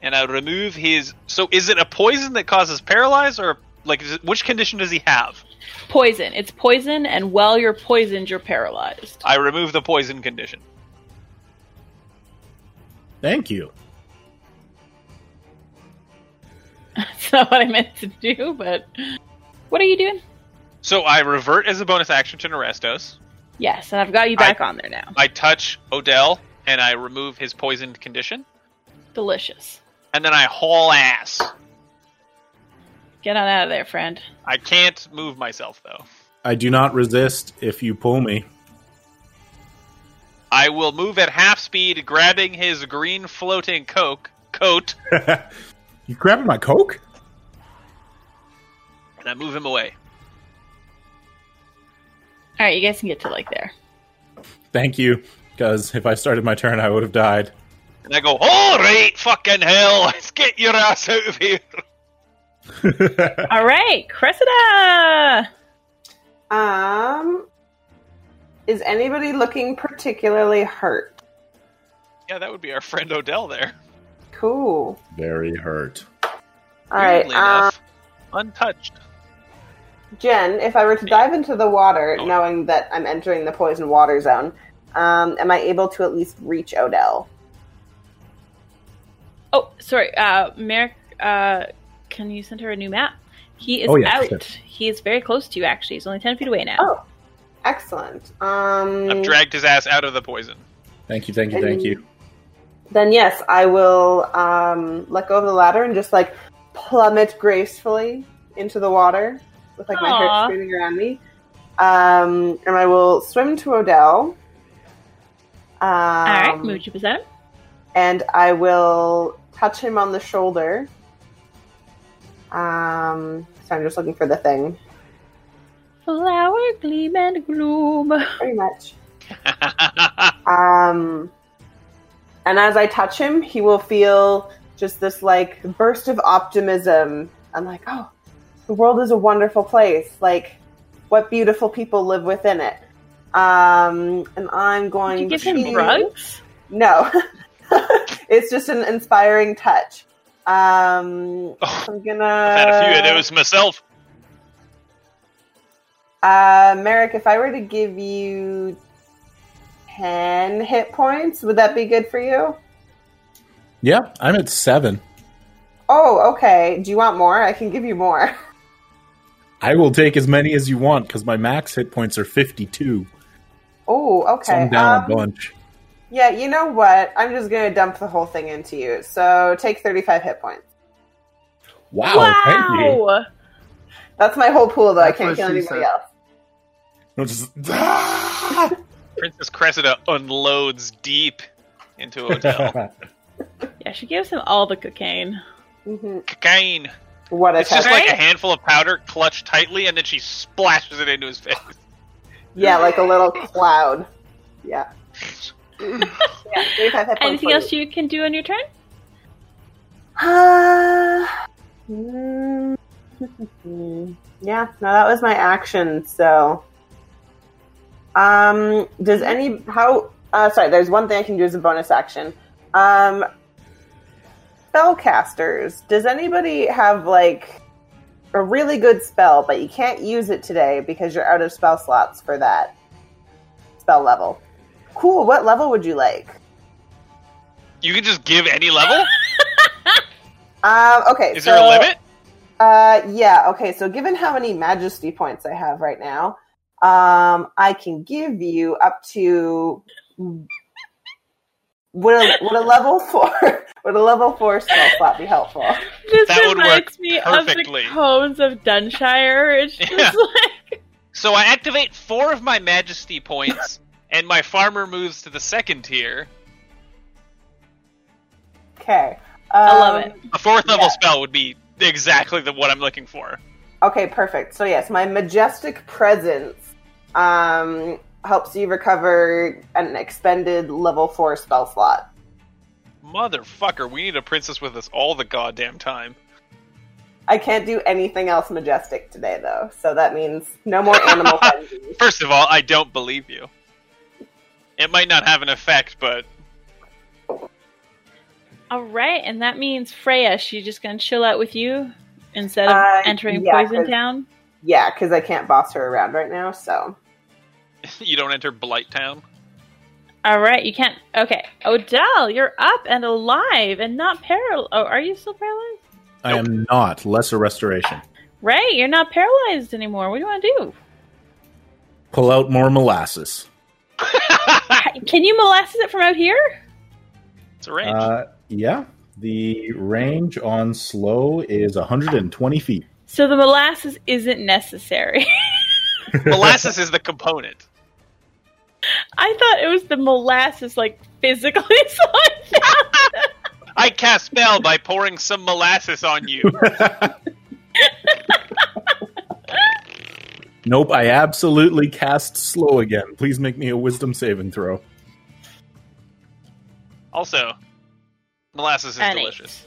C: And I remove his. So is it a poison that causes paralyze or. Like, is it, which condition does he have?
B: Poison. It's poison, and while you're poisoned, you're paralyzed.
C: I remove the poison condition.
H: Thank you.
B: That's not what I meant to do, but. What are you doing?
C: So I revert as a bonus action to Narestos.
B: Yes, and I've got you back on there now.
C: I touch Odell and I remove his poisoned condition.
B: Delicious.
C: And then I haul ass.
B: Get on out of there, friend.
C: I can't move myself, though.
A: I do not resist if you pull me.
C: I will move at half speed, grabbing his green floating coke coat,
A: You grabbing my coke?
C: and I move him away.
B: All right, you guys can get to like there.
A: Thank you, because if I started my turn, I would have died.
C: And I go, "All right, fucking hell, let's get your ass out of here."
B: All right, Cressida.
D: Um, is anybody looking particularly hurt?
C: Yeah, that would be our friend Odell there.
D: Cool.
H: Very hurt.
D: All right,
C: Weirdly
D: um,
C: enough, untouched.
D: Jen. If I were to dive into the water,
C: Oh.
D: knowing that I'm entering the poison water zone, um, am I able to at least reach Odell?
B: Oh, sorry, uh, Merrick. Uh, can you send her a new map? He is
A: Oh, yeah,
B: out.
A: sure.
B: He is very close to you. Actually, he's only ten feet away now.
D: Oh, Excellent. Um,
C: I've dragged his ass out of the poison.
A: Thank you, thank you, thank you.
D: then yes, I will um, let go of the ladder and just like plummet gracefully into the water with like my
B: Aw.
D: hair spinning around me. Um, and I will swim to Odell. Um,
B: All right, move to beside him.
D: and I will touch him on the shoulder. Um, so I'm just looking for the thing,
B: Flower, gleam, and gloom.
D: pretty much. Um, and as I touch him, he will feel just this like burst of optimism. I'm like, oh, the world is a wonderful place. Like, what beautiful people live within it. Um, and I'm
B: Did
D: going
B: you give
D: to
B: him drugs?
D: No, it's just an inspiring touch. Um,
C: Oh,
D: I'm gonna
C: I've had a few of those myself.
D: Uh, Merrick, if I were to give you ten hit points, would that be good for you?
A: Yeah, I'm at seven.
D: Oh, okay. Do you want more? I can give you more.
A: I will take as many as you want because my max hit points are 52.
D: Oh, okay.
A: So I'm down
D: Um,
A: a bunch.
D: Yeah, you know what? I'm just gonna dump the whole thing into you. So take 35 hit points.
A: Wow, Oh, thank you.
B: Wow.
D: That's my whole pool, though.
F: That's
D: I can't
F: what
D: kill
F: she
D: anybody
F: said.
D: else.
A: I'm just-
C: Princess Cressida unloads deep into Odell.
B: Yeah, she gives him all the cocaine.
D: hmm
C: Cocaine.
D: What a
C: It's just
D: touch!
C: like a handful of powder clutched tightly, and then she splashes it into his face.
D: yeah, like a little cloud. Yeah. yeah 35 hit points.
B: Anything
D: for
B: else you can do on your turn?
D: Uh, mm, yeah, no, that was my action. So, um, does any how? Uh, sorry, there's one thing I can do as a bonus action. Um, spellcasters. Does anybody have like a really good spell, but you can't use it today because you're out of spell slots for that spell level? Cool. What level would you like?
C: You can just give any level?
D: Um, okay.
C: Is
D: so,
C: there a limit?
D: Uh, yeah. Okay. So, given how many Majesty points I have right now, um, I can give you up to would a, would a level four would a level four spell slot be helpful?
B: This
C: That would work
B: reminds me of the
C: perfectly.
B: cones of Dunshire. It's just
C: Yeah.
B: like
C: So I activate four of my majesty points, and my farmer moves to the second tier.
D: Okay. um,
B: I love it.
C: A fourth level
D: Yeah.
C: spell would be exactly the what I'm looking for.
D: Okay, perfect. So yes, my majestic presence um, helps you recover an expended level four spell slot.
C: Motherfucker, we need a princess with us all the goddamn time.
D: I can't do anything else majestic today, though, so that means no more animal frenzy.
C: First of all, I don't believe you. It might not have an effect, but
B: All right, and that means Freya. She's just gonna chill out with you instead of
D: Uh,
B: entering
D: yeah,
B: Poison
D: 'cause-
B: Town.
D: Yeah, because I can't boss her around right now. So
C: you don't enter Blight Town.
B: All right, you can't. Okay, Odell, you're up and alive and not paralyzed. Oh, are you still paralyzed?
A: I am not lesser restoration.
B: Right, you're not paralyzed anymore. What do you want
A: Pull out more molasses.
C: Ah.
B: to do? Can you molasses it from out here?
C: It's a range.
A: Uh, yeah, the range on slow is 120 feet.
B: So the molasses isn't necessary.
C: Molasses is the component.
B: I thought it was the molasses, like physically. So I
C: Ah,
B: found
C: I cast spell by pouring some molasses on you.
A: Nope, I absolutely cast slow again. Please make me a wisdom saving throw.
C: Also, molasses is
B: an eight.
C: delicious.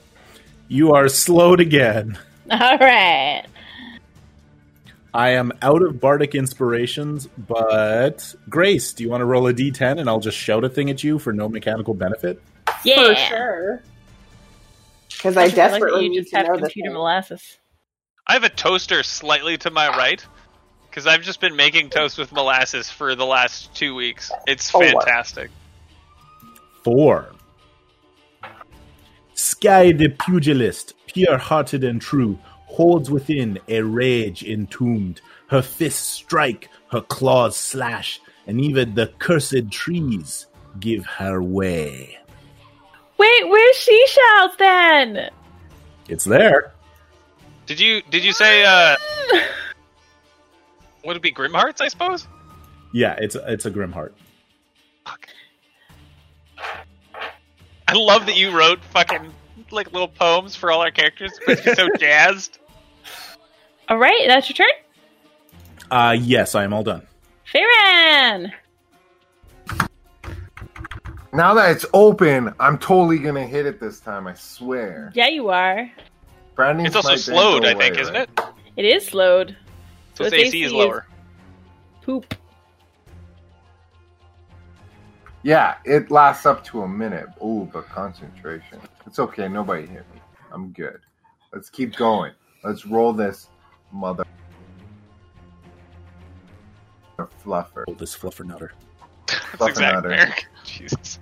A: You are slowed again.
B: All right.
A: I am out of bardic inspirations, but Grace, do you want to roll a d10 and I'll just shout a thing at you for no mechanical benefit?
B: Yeah.
D: for sure. Because I
B: should realize that
D: desperately
B: you
D: need
B: just
D: to
B: have
D: know this.
B: computer
D: thing.
B: molasses.
C: I have a toaster slightly to my right because I've just been making toast with molasses for the last two weeks. It's
D: Oh, wow.
C: fantastic.
A: Four. Sky the pugilist, pure hearted and true, holds within a rage entombed. Her fists strike, her claws slash, and even the cursed trees give her way.
B: Wait, where's She Shells then?
A: It's there.
C: Did you did you say uh would it be Grimhearts? I suppose.
A: Yeah, it's it's a grim heart.
C: Fuck. I love that you wrote fucking like little poems for all our characters. It makes me so jazzed.
B: All right, that's your turn.
A: Uh yes, I am all done.
B: Farron.
F: Now that it's open, I'm totally gonna hit it this time. I swear.
B: Yeah, you are.
F: Branding's
C: It's also
F: my day
C: slowed,
F: go
C: I think,
F: away,
C: isn't
F: right?
C: it?
B: It is slowed.
C: So
B: its
C: its AC is
B: is
C: lower.
B: Poop.
F: Yeah, it lasts up to a minute. Ooh, but concentration. It's okay. Nobody hit me. I'm good. Let's keep going. Let's roll this mother fluffer.
A: Hold this fluffer nutter.
C: That's
F: Fluffer
C: exactly.
F: nutter.
C: American. Jesus.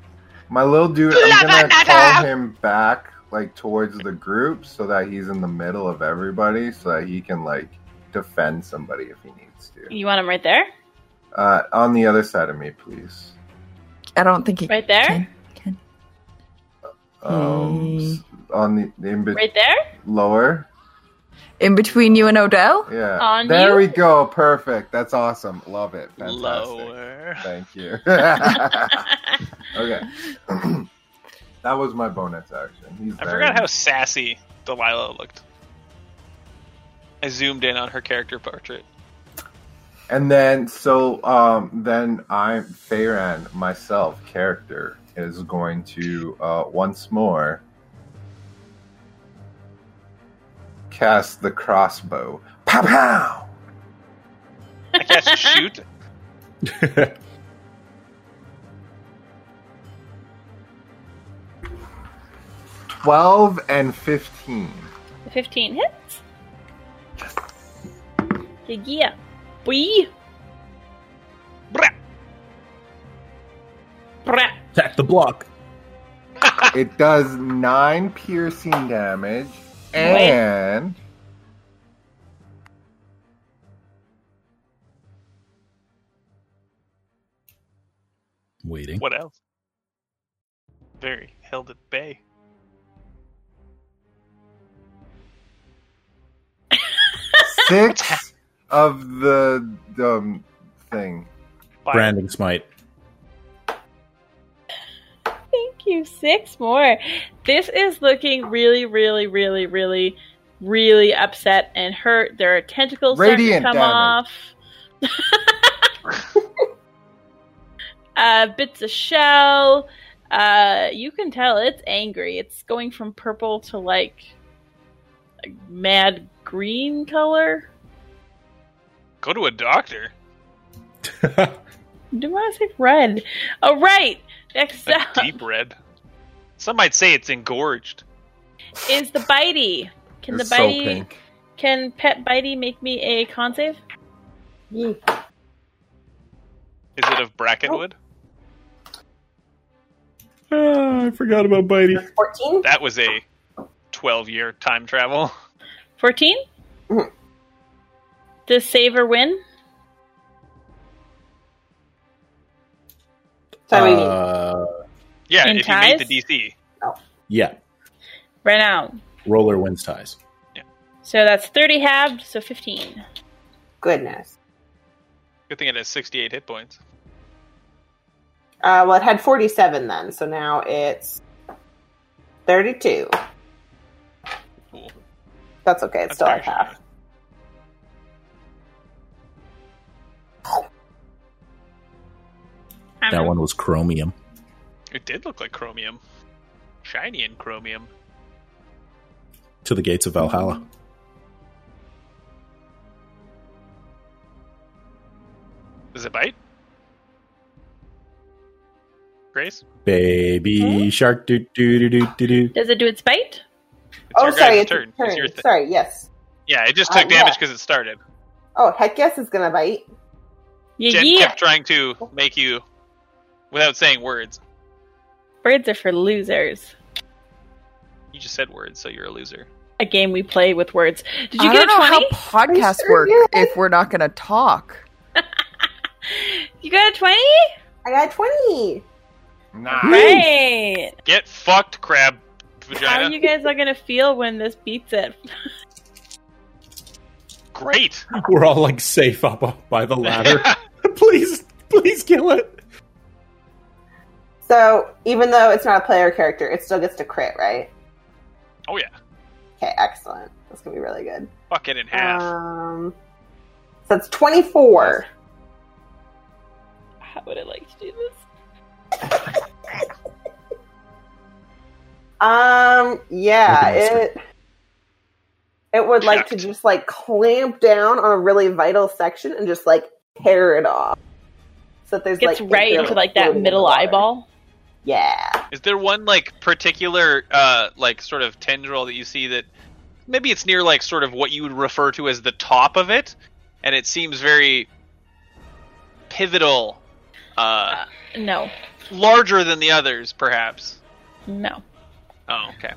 F: My little dude, I'm gonna call him back like towards the group so that he's in the middle of everybody so that he can like defend somebody if he needs to.
B: You want him right there?
F: Uh, on the other side of me, please.
G: I don't think he
B: Right there?
G: can. can.
C: Hmm.
F: Um, s- on the, the in bet-
B: Right there?
F: lower.
G: In between you and Odell?
F: Yeah.
B: On
F: there
B: you?
F: we go. Perfect. That's awesome. Love it. Fantastic.
C: Lower.
F: Thank you. okay. that was my bonus action. He's
C: I
F: very-
C: forgot how sassy Delilah looked. I zoomed in on her character portrait.
F: And then, so um, then I'm Feyran myself. Character is going to uh, once more cast the crossbow. Pow pow!
C: I cast shoot.
F: Twelve and fifteen.
B: 15 hits. Yeah, yeah. Boy.
C: Brah.
B: Brah.
A: Attack the block.
F: It does nine piercing damage and
E: Waiting.
C: What else? Very held at bay.
F: six of the um, thing.
C: Fire.
A: Branding smite.
B: Thank you. Six more. This is looking really, really, really, really, really upset and hurt. There are tentacles starting to
F: Radiant
B: come
F: damage.
B: off. uh, bits of shell. Uh, you can tell it's angry. It's going from purple to like a mad green color.
C: Go to a doctor.
B: Do I say red? All right. Next
C: A
B: up
C: deep red. Some might say it's engorged.
B: is the bitey. Can
F: It's
B: the
F: so
B: bitey?
F: pink.
B: Can Pet Bitey make me a con save?
D: Yee.
C: Is it of Brackenwood?
A: Ah, I forgot about Bitey.
D: 14?
C: That was a 12 year time travel.
B: 14?
D: Mhm.
G: Mm-hmm.
B: Does save or win?
D: Sorry.
A: Uh,
C: Yeah,
B: In
C: if you
B: ties?
C: made the DC.
A: yeah,
B: Right now.
A: roller wins ties.
B: So that's 30 halved, so 15.
D: Goodness.
C: Good thing it has 68 hit points.
D: Uh, well, it had 47 then, so now it's 32.
C: Cool.
D: That's okay. It's
C: That's
D: still at
C: actually
D: half.
B: I'm
E: That one was chromium.
C: It did look like chromium. Shiny and chromium.
E: To the gates of
C: Hmm.
E: Valhalla.
C: Does it bite? Grace?
A: Baby shark, do do do do do do.
B: Does it do its bite?
C: It's
D: Oh,
C: your
D: sorry.
C: guys'
D: It's turn.
C: It's your
D: turn.
C: thi-
D: Sorry, yes.
C: yeah, it just
D: Uh,
C: took damage
D: yeah.
C: because it started.
D: Oh, heck yes, it's going to bite.
B: Yeah,
C: Jen
B: yeah.
C: kept trying to make you, without saying words.
B: Birds are for losers.
C: You just said words, so you're a loser.
B: A game we play with words. Did you
G: I
B: get
G: don't know
B: a 20?
G: how podcasts
D: Are you
G: work
D: serious?
G: if we're not going to talk.
B: You got a 20?
D: I got 20.
F: Nah.
B: Right.
C: Get fucked, crab
B: How
C: vagina.
B: you guys are going to feel when this beats it?
C: Great.
A: We're all like safe up by the ladder. please, please kill it.
D: So even though it's not a player character, it still gets to crit, right?
C: oh yeah,
D: Okay, excellent. That's gonna be really good.
C: fuck it in half.
D: Um, so it's twenty four.
B: How would I like to do this?
D: Um, yeah,
A: Look at
D: it it would like to
C: Checked.
D: just like clamp down on a really vital section and just like tear it off. So that there's
B: Gets
D: like
B: right
D: barely
B: into like
D: floating
B: that
D: in
B: middle
D: the water.
B: eyeball.
D: Yeah,
C: Is there one like particular uh like sort of tendril that you see that maybe it's near like sort of what you would refer to as the top of it and it seems very pivotal uh
B: No.
C: larger than the others perhaps.
B: No.
C: Oh, okay.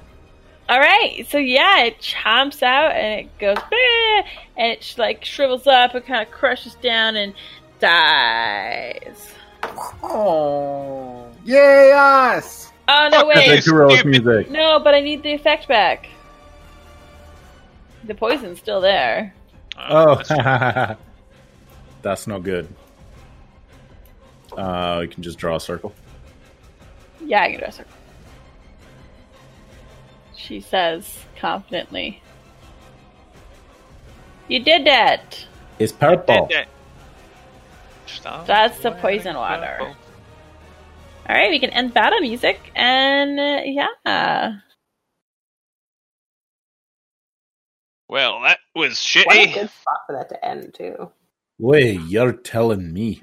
B: All right, so yeah, it chomps out and it goes, "Bah!" and it sh- like shrivels up and kind of crushes down and dies.
F: Oh. Yay, us!
B: Oh no,
C: Fuck,
B: wait,
C: that's
A: That's heroic music.
B: no, but I need the effect back. The poison's still there.
A: Oh,
C: Uh, that's true.
A: that's no good. Uh, you can just draw a circle.
B: Yeah, I can dress her. She says confidently, "You did that.
A: It's purple.
C: Did that.
B: That's the poison water. All right, we can end battle music and uh, yeah."
C: Well, that was
D: what a
C: shitty.
D: good spot for that to end too.
A: Wait, you're telling me?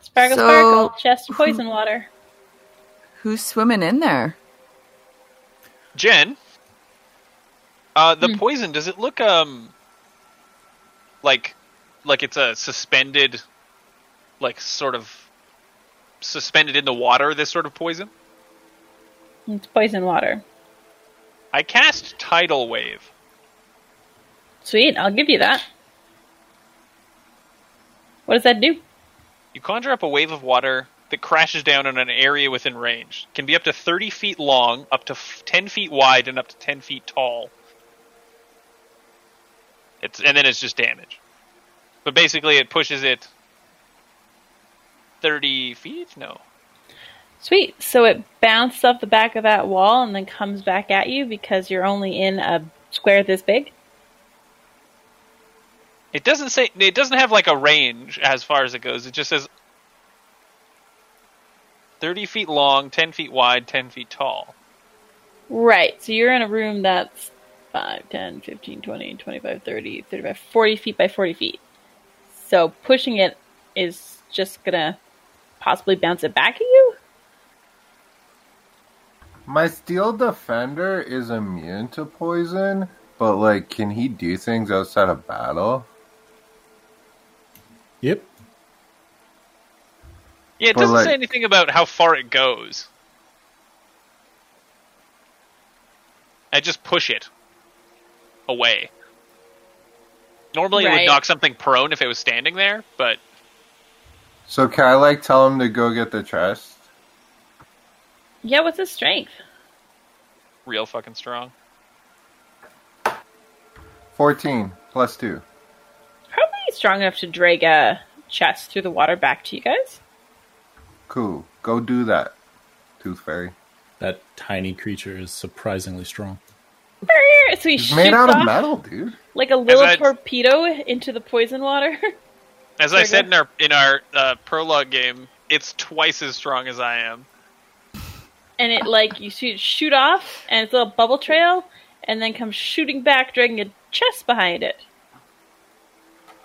B: Sparkle,
G: So-
B: sparkle, chest of poison water.
G: Who's swimming in there?
C: Jen, uh, the
B: Hmm.
C: poison does it look um like like it's a suspended like sort of suspended in the water this sort of poison?
B: It's poison water.
C: I cast Tidal Wave.
B: Sweet, I'll give you that. What does that do?
C: You conjure up a wave of water that crashes down on an area within range. It can be up to 30 feet long, up to f- 10 feet wide, and up to 10 feet tall. It's and then it's just damage. But basically, it pushes it 30 feet. No,
B: Sweet. So it bounced off the back of that wall and then comes back at you because you're only in a square this big.
C: it doesn't say. It doesn't have like a range as far as it goes. It just says 30 feet long, 10 feet wide, 10 feet tall.
B: Right. So you're in a room that's 5, 10, 15, 20, 25, 30, 35, 40 feet by 40 feet. So pushing it is just going to possibly bounce it back at you?
F: My steel defender is immune to poison, but like, can he do things outside of battle?
A: Yep.
C: Yeah, it
F: But,
C: doesn't say
F: like-
C: anything about how far it goes. I just push it away. Normally, it would
B: Right.
C: knock something prone if it was standing there, but
F: So can I like tell him to go get the chest?
B: Yeah, what's his strength?
C: real fucking strong.
F: Fourteen plus two.
B: Probably strong enough to drag a chest through the water back to you guys.
F: Cool. Go do that, Tooth Fairy.
A: That tiny creature is surprisingly strong.
B: So he
F: It's
B: shoots
F: made out
B: off
F: of metal, dude.
B: like a little
C: As I-
B: torpedo into the poison water.
C: As I
B: Very
C: said
B: good.
C: in our in our uh, prologue game, it's twice as strong as I am.
B: and it like you shoot shoot off and it's a little bubble trail and then comes shooting back dragging a chest behind it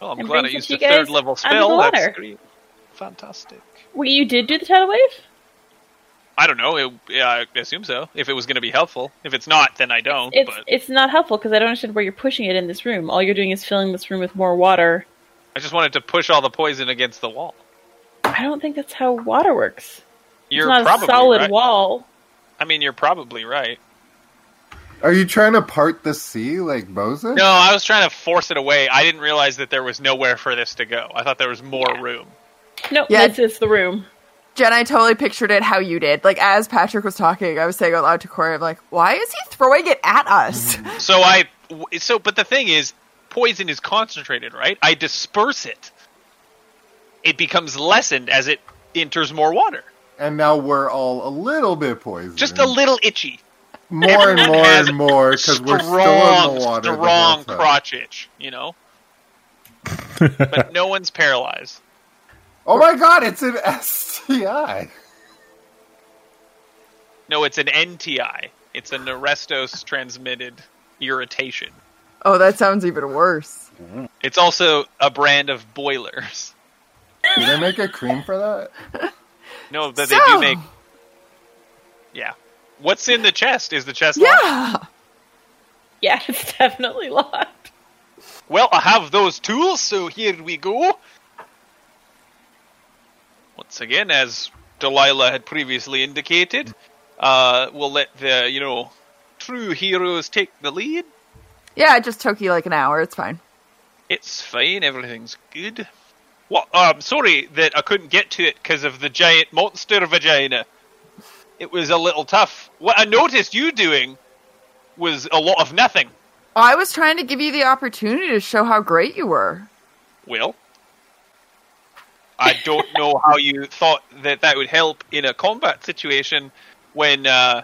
C: Well, I'm
B: And
C: glad I
B: brings it
C: used
B: to
C: a
B: you guys
C: third level
B: under
C: spell.
B: the water.
C: That's great. Fantastic.
B: Wait, you did do the tidal wave
C: I don't know. It, yeah, I assume so. If it was going to be helpful, if it's not, then I don't.
B: it's
C: but
B: it's not helpful because i don't understand where you're pushing it in this room all you're doing is filling this room with more water
C: I just wanted to push all the poison against the wall.
B: i don't think that's how water works
C: You're
B: it's not
C: probably
B: a solid
C: right.
B: wall
C: I mean, you're probably right.
F: Are you trying to part the sea like Moses?
C: No, I was trying to force it away. I didn't realize that there was nowhere for this to go. I thought there was more room.
B: no
G: Yeah.
B: this is the room
G: Jen, I totally pictured it how you did. Like as Patrick was talking, I was saying out loud to Corey, I'm like, "Why is he throwing it at us?"
C: So I, w- so but the thing is, poison is concentrated, right? I disperse it. It becomes lessened as it enters more water.
F: And now we're all a little bit poisoned.
C: Just a little itchy.
F: Mm. more and
C: Everyone
F: more
C: has
F: and more because
C: strong,
F: we're still in the water. the whole
C: strong
F: time.
C: crotch itch, you know. but no one's paralyzed.
F: Oh my god, it's an STI.
C: No, it's an NTI. It's an arrestos transmitted irritation.
G: oh, that sounds even worse.
C: It's also a brand of boilers.
F: Do they make a cream for that?
C: No, that they
G: So-
C: do make. Yeah. What's in the chest? Is the chest locked?
G: Yeah.
B: yeah it's definitely locked
C: Well, I have those tools, so here we go. Once again, as Delilah had previously indicated, uh, we'll let the, you know, true heroes take the lead.
G: Yeah, it just took you like an hour. It's fine.
C: It's fine, everything's good. What? I'm sorry that I couldn't get to it because of the giant monster vagina. It was a little tough. What I noticed you doing was a lot of nothing.
G: I was trying to give you the opportunity to show how great you were.
C: Well, I don't know how you thought that that would help in a combat situation when uh,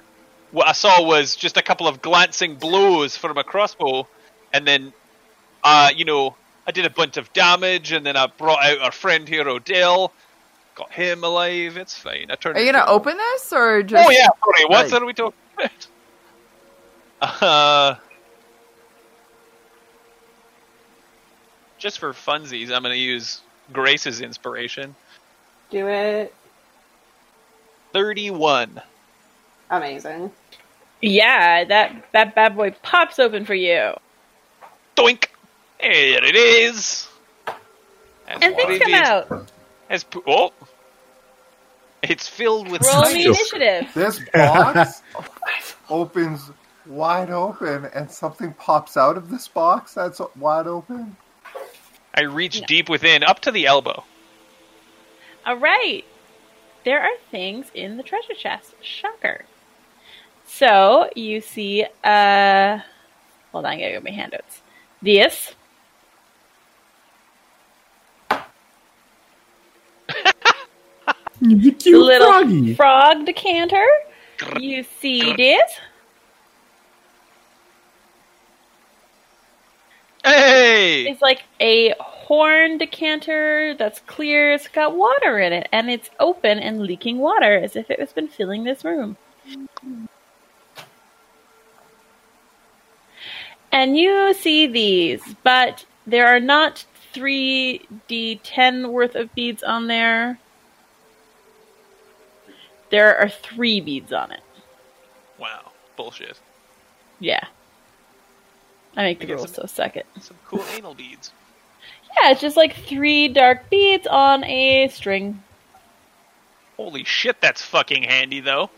C: what I saw was just a couple of glancing blows from a crossbow, and then, uh, you know, I did a bunch of damage, and then I brought out our friend here, Odell, got him alive. It's fine. I turned.
G: Are you gonna
C: into-
G: open this or just?
C: Oh yeah, sorry. What
G: Right.
C: are we talking about? Uh, just for funsies, I'm gonna use Grace's inspiration.
D: Do it.
C: Thirty-one.
D: Amazing.
B: yeah that that bad boy pops open for you
C: Doink. There it is. As
B: and things come
C: pretty-
B: out
C: As p- oh, It's filled with
B: Roll
C: tiny
B: me initiative.
F: This box opens wide open, and something pops out of this box that's wide open.
C: I reach deep within, up to the elbow.
B: All right. There are things in the treasure chest. Shocker. So you see, uh, hold on, I gotta get my handouts. This.
A: You cute
B: little
A: froggy.
B: frog decanter. You see this?
C: Hey!
B: It's like a horn decanter that's clear. It's got water in it, and it's open and leaking water as if it has been filling this room. And you see these, but there are not 3d10 worth of beads on there. There are three beads on it.
C: Wow. Bullshit.
B: Yeah. I make the
C: Yes.
B: rules, so suck it.
C: Some cool anal beads.
B: Yeah, it's just like three dark beads on a string.
C: Holy shit, that's fucking handy though.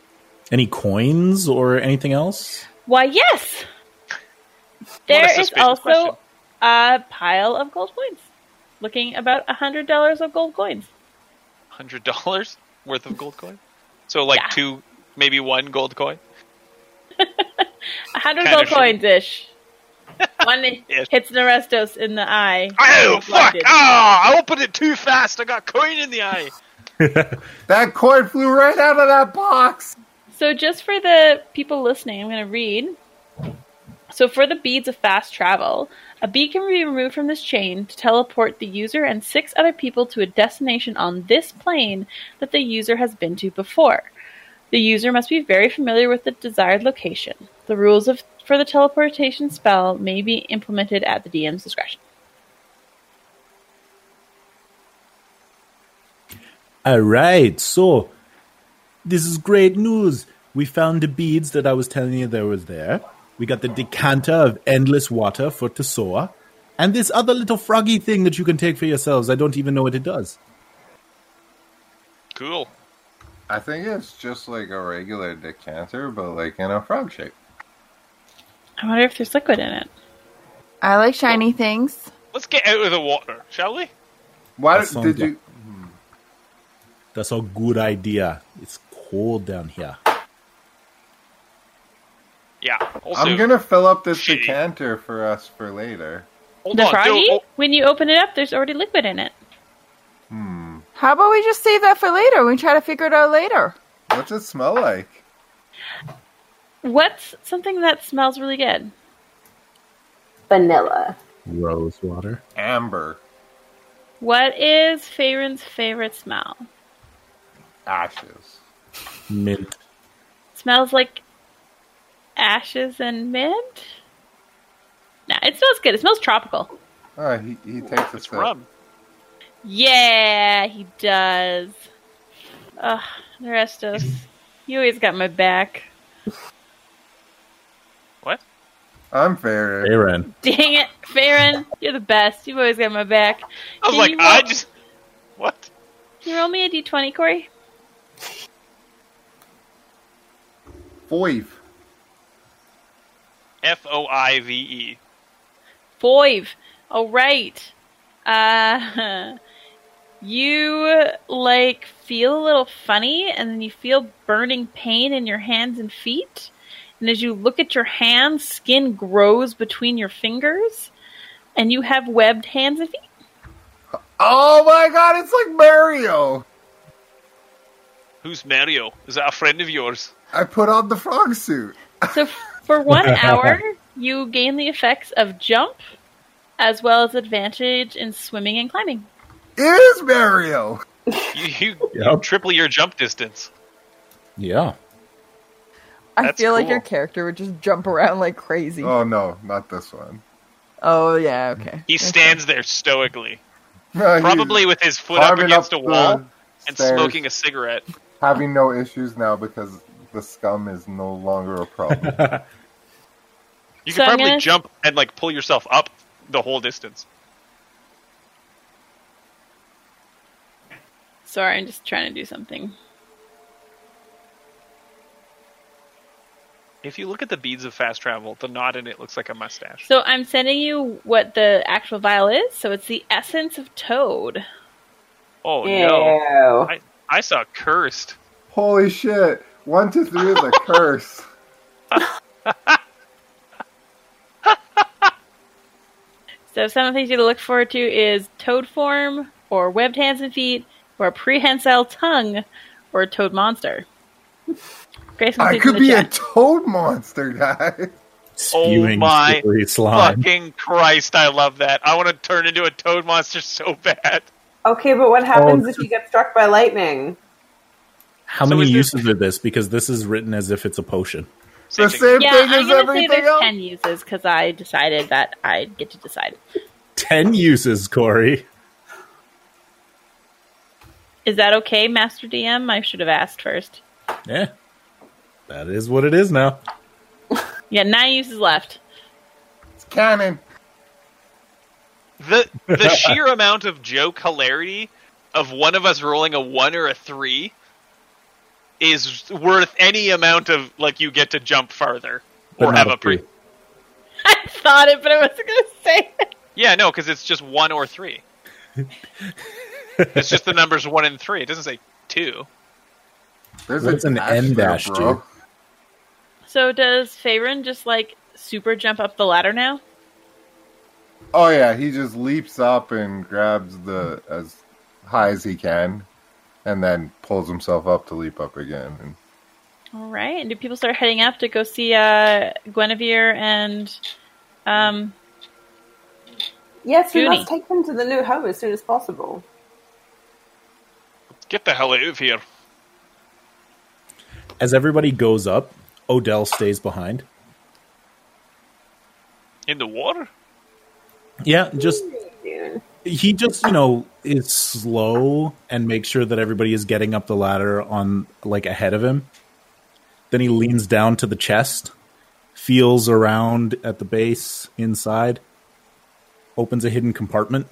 A: Any coins or anything else?
B: Why, yes!
C: What a
B: There is
C: suspicious
B: also
C: question.
B: a pile of gold coins. Looking about a hundred dollars of gold coins.
C: Hundred dollars worth of gold coin. So like
B: Yeah.
C: two, maybe one gold coin.
B: A hundred
C: Kinda
B: gold
C: should-
B: coins ish. One
C: Yes.
B: hits Narestos in the eye.
C: Oh
B: He's
C: fuck!
B: blinded.
C: Ah, I opened it too fast. I got coin in the eye.
F: That coin flew right out of that box.
B: So, just for the people listening, I'm going to read. So, for the beads of fast travel, a bead can be removed from this chain to teleport the user and six other people to a destination on this plane that the user has been to before. The user must be very familiar with the desired location. The rules of for the teleportation spell may be implemented at the DM's discretion.
A: All right, so this is great news. We found the beads that I was telling you there was there. We got the decanter of endless water for Tessoa, and this other little froggy thing that you can take for yourselves. I don't even know what it does.
C: Cool.
F: I think it's just like a regular decanter, but like in a frog shape.
B: I wonder if there's liquid in it.
G: I like shiny things.
C: Let's get out of the water, shall we?
F: Why
A: That
F: did
A: sounds
F: you?
A: That's a good idea. It's cold down here.
C: Yeah. Also,
F: I'm gonna fill up this
C: Shitty.
F: decanter for us for later.
C: hold
B: The
C: on. oh,
B: froggy?
C: Don't,
B: when you open it up, there's already liquid in it.
F: Hmm.
G: How about we just save that for later? We try to figure it out later.
F: What's it smell like?
B: What's something that smells really good?
D: Vanilla.
A: Rose water.
F: Amber.
B: What is Farin's favorite smell?
F: Ashes.
A: Mint.
B: Smells like ashes and mint? Nah, it smells good. It smells tropical.
F: Oh, he, he takes a
C: it's
F: sip.
C: rum.
B: Yeah, he does. Ugh, the rest of You always got my back.
F: I'm fair.
A: Aaron.
B: Dang it, Farin, you're the best. You've always got my back.
C: I was
B: Can
C: like,
B: you roll-
C: I just what?
B: Can you roll me a d20, Corey?
F: Foive.
C: F O I V E.
B: Five. All right. Uh, you like feel a little funny, and then you feel burning pain in your hands and feet. And as you look at your hands, skin grows between your fingers, and you have webbed hands and feet.
F: Oh my god, it's like Mario!
C: Who's Mario? Is that a friend of yours?
F: I put on the frog suit.
B: So f- for one hour, you gain the effects of jump, as well as advantage in swimming and climbing.
F: It is Mario!
C: You, you, you
A: Yep.
C: triple your jump distance.
A: Yeah.
G: I
C: That's
G: feel like your
C: cool.
G: character would just jump around like crazy. Oh,
F: Oh no, not this one.
G: yeah, okay.
C: He stands there stoically,
F: No, he's
C: probably with his foot up
F: climbing
C: against
F: up
C: a
F: the
C: wall and
F: stairs,
C: smoking a cigarette.
F: Having no issues now because the scum is no longer a problem.
C: You
B: So
C: can
B: I'm
C: probably
B: gonna-
C: jump and like pull yourself up the whole distance.
B: Sorry, I'm just trying to do something.
C: If you look at the beads of fast travel, the knot in it looks like a mustache.
B: So I'm sending you what the actual vial is. So it's the essence of toad.
C: Oh no!
D: Ew.
C: I saw cursed.
F: Holy shit! One to three is a curse.
B: So some of the things you to look forward to is toad form, or webbed hands and feet, or a prehensile tongue, or a toad monster. Grace
F: I
B: includes in
F: could
B: the
F: be a
B: chat.
F: toad monster, guy.
A: Spewing
C: Oh, my
A: silly slime.
C: Fucking Christ! I love that. I want to turn into a toad monster so bad.
D: Okay, but what happens
A: Oh,
D: if you get struck by lightning?
A: How
C: So
A: many
C: is this-
A: uses are this? Because this is written as if it's a potion.
F: The
C: Sitting-
F: same
B: yeah,
F: thing
B: I'm gonna
F: as
B: say
F: everything
B: there's
F: else.
B: ten uses because I decided that I get to decide.
A: Ten uses, Corey.
B: Is that okay, Master DM? I should have asked first.
A: Yeah. That is what it is now.
B: Yeah, nine uses left.
F: It's canon.
C: the the sheer amount of joke hilarity of one of us rolling a one or a three is worth any amount of like you get to jump farther
A: But
C: or
A: not
C: have a pre.
A: three.
B: I thought it, but I wasn't gonna say it.
C: Yeah, no, because it's just one or three. it's just the numbers one and three. It doesn't say two.
F: There's
A: What's an
F: dash
A: M
F: there,
A: dash,
F: bro.
A: dude?
B: So does Faerun just like super jump up the ladder now?
F: Oh yeah, he just leaps up and grabs the as high as he can, and then pulls himself up to leap up again. And
B: All right. And do people start heading up to go see uh, Guinevere and um,
D: Yes, we
B: Goonie.
D: must take them to the new home as soon as possible.
C: Get the hell out of here.
A: As everybody goes up, Odell stays behind.
C: In the water?
A: Yeah, just
D: Soon.
A: he just you know is slow and makes sure that everybody is getting up the ladder on like ahead of him then he leans down to the chest feels around at the base inside opens a hidden compartment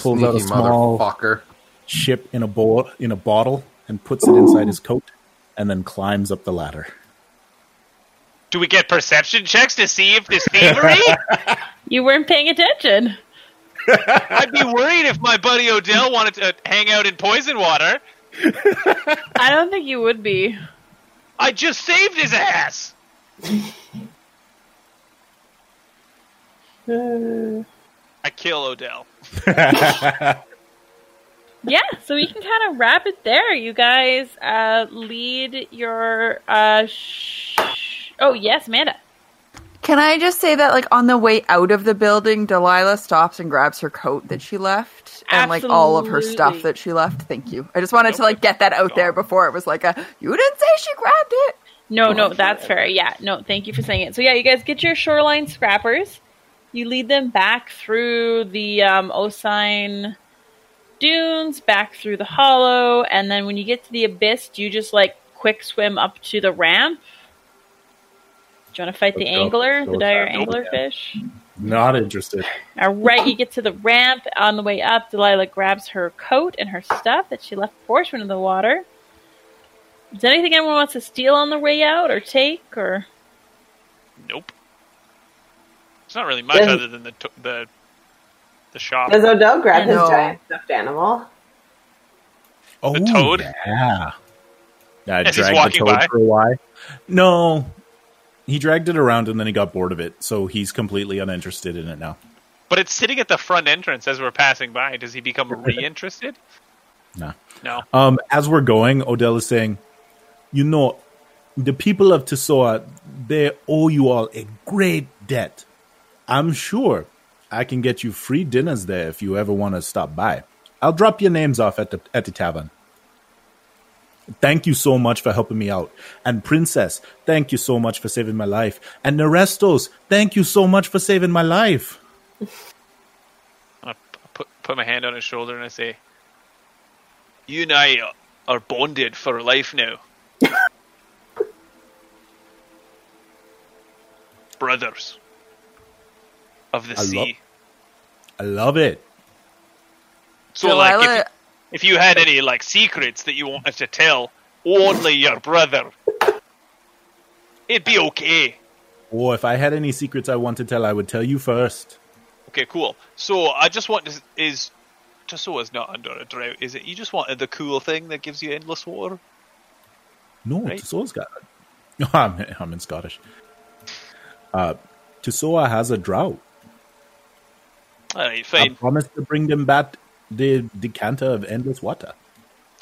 A: pulls out a
F: Sneaky
A: small
F: motherfucker.
A: chip in a bowl in a bottle and puts it inside his coat and then climbs up the ladder
C: Do we get perception checks to see if this thievery?
B: you weren't paying attention.
C: I'd be worried if my buddy Odell wanted to hang out in poison water.
B: I don't think you would be.
C: I just saved his ass. I kill Odell.
B: Yeah, so we can kind of wrap it there. You guys uh, lead your. Uh, sh- oh, yes, Manda.
G: Can I just say that, like, on the way out of the building, Delilah stops and grabs her coat that she left and, like, all of her stuff
B: Absolutely.
G: that she left. Thank you. I just wanted to, like, get that out there before it was like a, you didn't say she grabbed it.
B: No, no, that's fair. Yeah, no, thank you for saying it. So yeah, you guys get your shoreline scrappers. You lead them back through the um, Osine dunes, back through the hollow, and then when you get to the abyss, do you just like quick swim up to the ramp? Do you want to fight the
A: Let's go.
B: angler,
A: Go
B: the
A: with
B: dire
A: that.
B: angler fish?
A: not interested
B: All right, you get to the ramp. On the way up, Delilah grabs her coat and her stuff that she left before she went in the water. Is there anything anyone wants to steal on the way out, or take, or?
C: Nope. It's not really much
D: Doesn't-
C: other than the to- the the shop.
D: Does Odell grab
G: I
D: his
G: know.
D: giant stuffed animal?
A: Oh,
C: toad?
A: Yeah. I
C: As he's
A: dragged the
C: walking
A: toad
C: by?
A: for a while. No. He dragged it around and then he got bored of it, so he's completely uninterested in it now.
C: But it's sitting at the front entrance as we're passing by. Does he become reinterested?
A: Nah.
C: No.
A: Um, as we're going, Odell is saying, You know, the people of Tesoa, they owe you all a great debt. I'm sure I can get you free dinners there if you ever want to stop by. I'll drop your names off at the at the tavern. Thank you so much for helping me out. And Princess, thank you so much for saving my life. And Nerestos, thank you so much for saving my life.
C: I p- put put my hand on his shoulder and I say, "You and I are bonded for life now, brothers of the
A: I
C: sea."
A: love- I love it.
C: so,
G: Delilah,
C: like, if you, if you had any like secrets that you wanted to tell, only your brother It'd be okay.
A: Or Oh, if I had any secrets I want to tell, I would tell you first.
C: Okay, cool. So I just want to is just so it's not under a drought. Is it you just wanted the cool thing that gives you endless water?
A: No,
C: Right.
A: Tusoa's got it. Oh, I'm, I'm in Scottish. Uh, Tusoa has a drought.
C: All right,
A: I
C: fine.
A: promised to bring them back the decanter of endless water.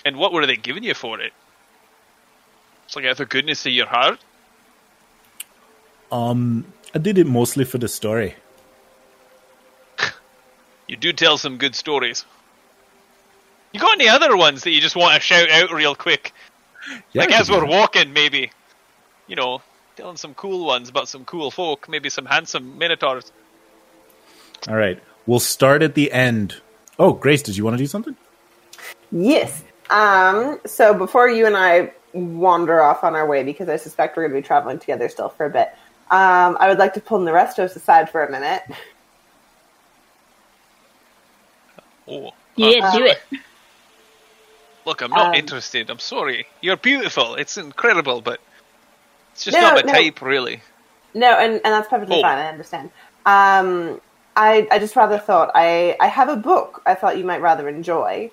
C: and what were they giving you for it? It's like out of the goodness of your heart.
A: Um, I did it mostly for the story.
C: You do tell some good stories. You got any other ones that you just want to shout out real quick? like
A: Yeah,
C: as we're walking, maybe. You know, telling some cool ones about some cool folk, maybe some handsome minotaurs.
A: All right, we'll start at the end. Oh, Grace, did you want to do something?
D: Yes. Um, so before you and I wander off on our way, because I suspect we're going to be traveling together still for a bit, um, I would like to pull the rest of us aside for a minute.
C: Oh.
B: Yeah,
D: Uh,
B: do it.
C: Look, I'm not
D: Um,
C: interested. I'm sorry. You're beautiful. It's incredible, but it's just
D: No,
C: not my
D: no.
C: type, really.
D: No, and, and that's perfectly
C: Oh.
D: fine. I understand. Um, I, I just rather thought I, I have a book I thought you might rather enjoy.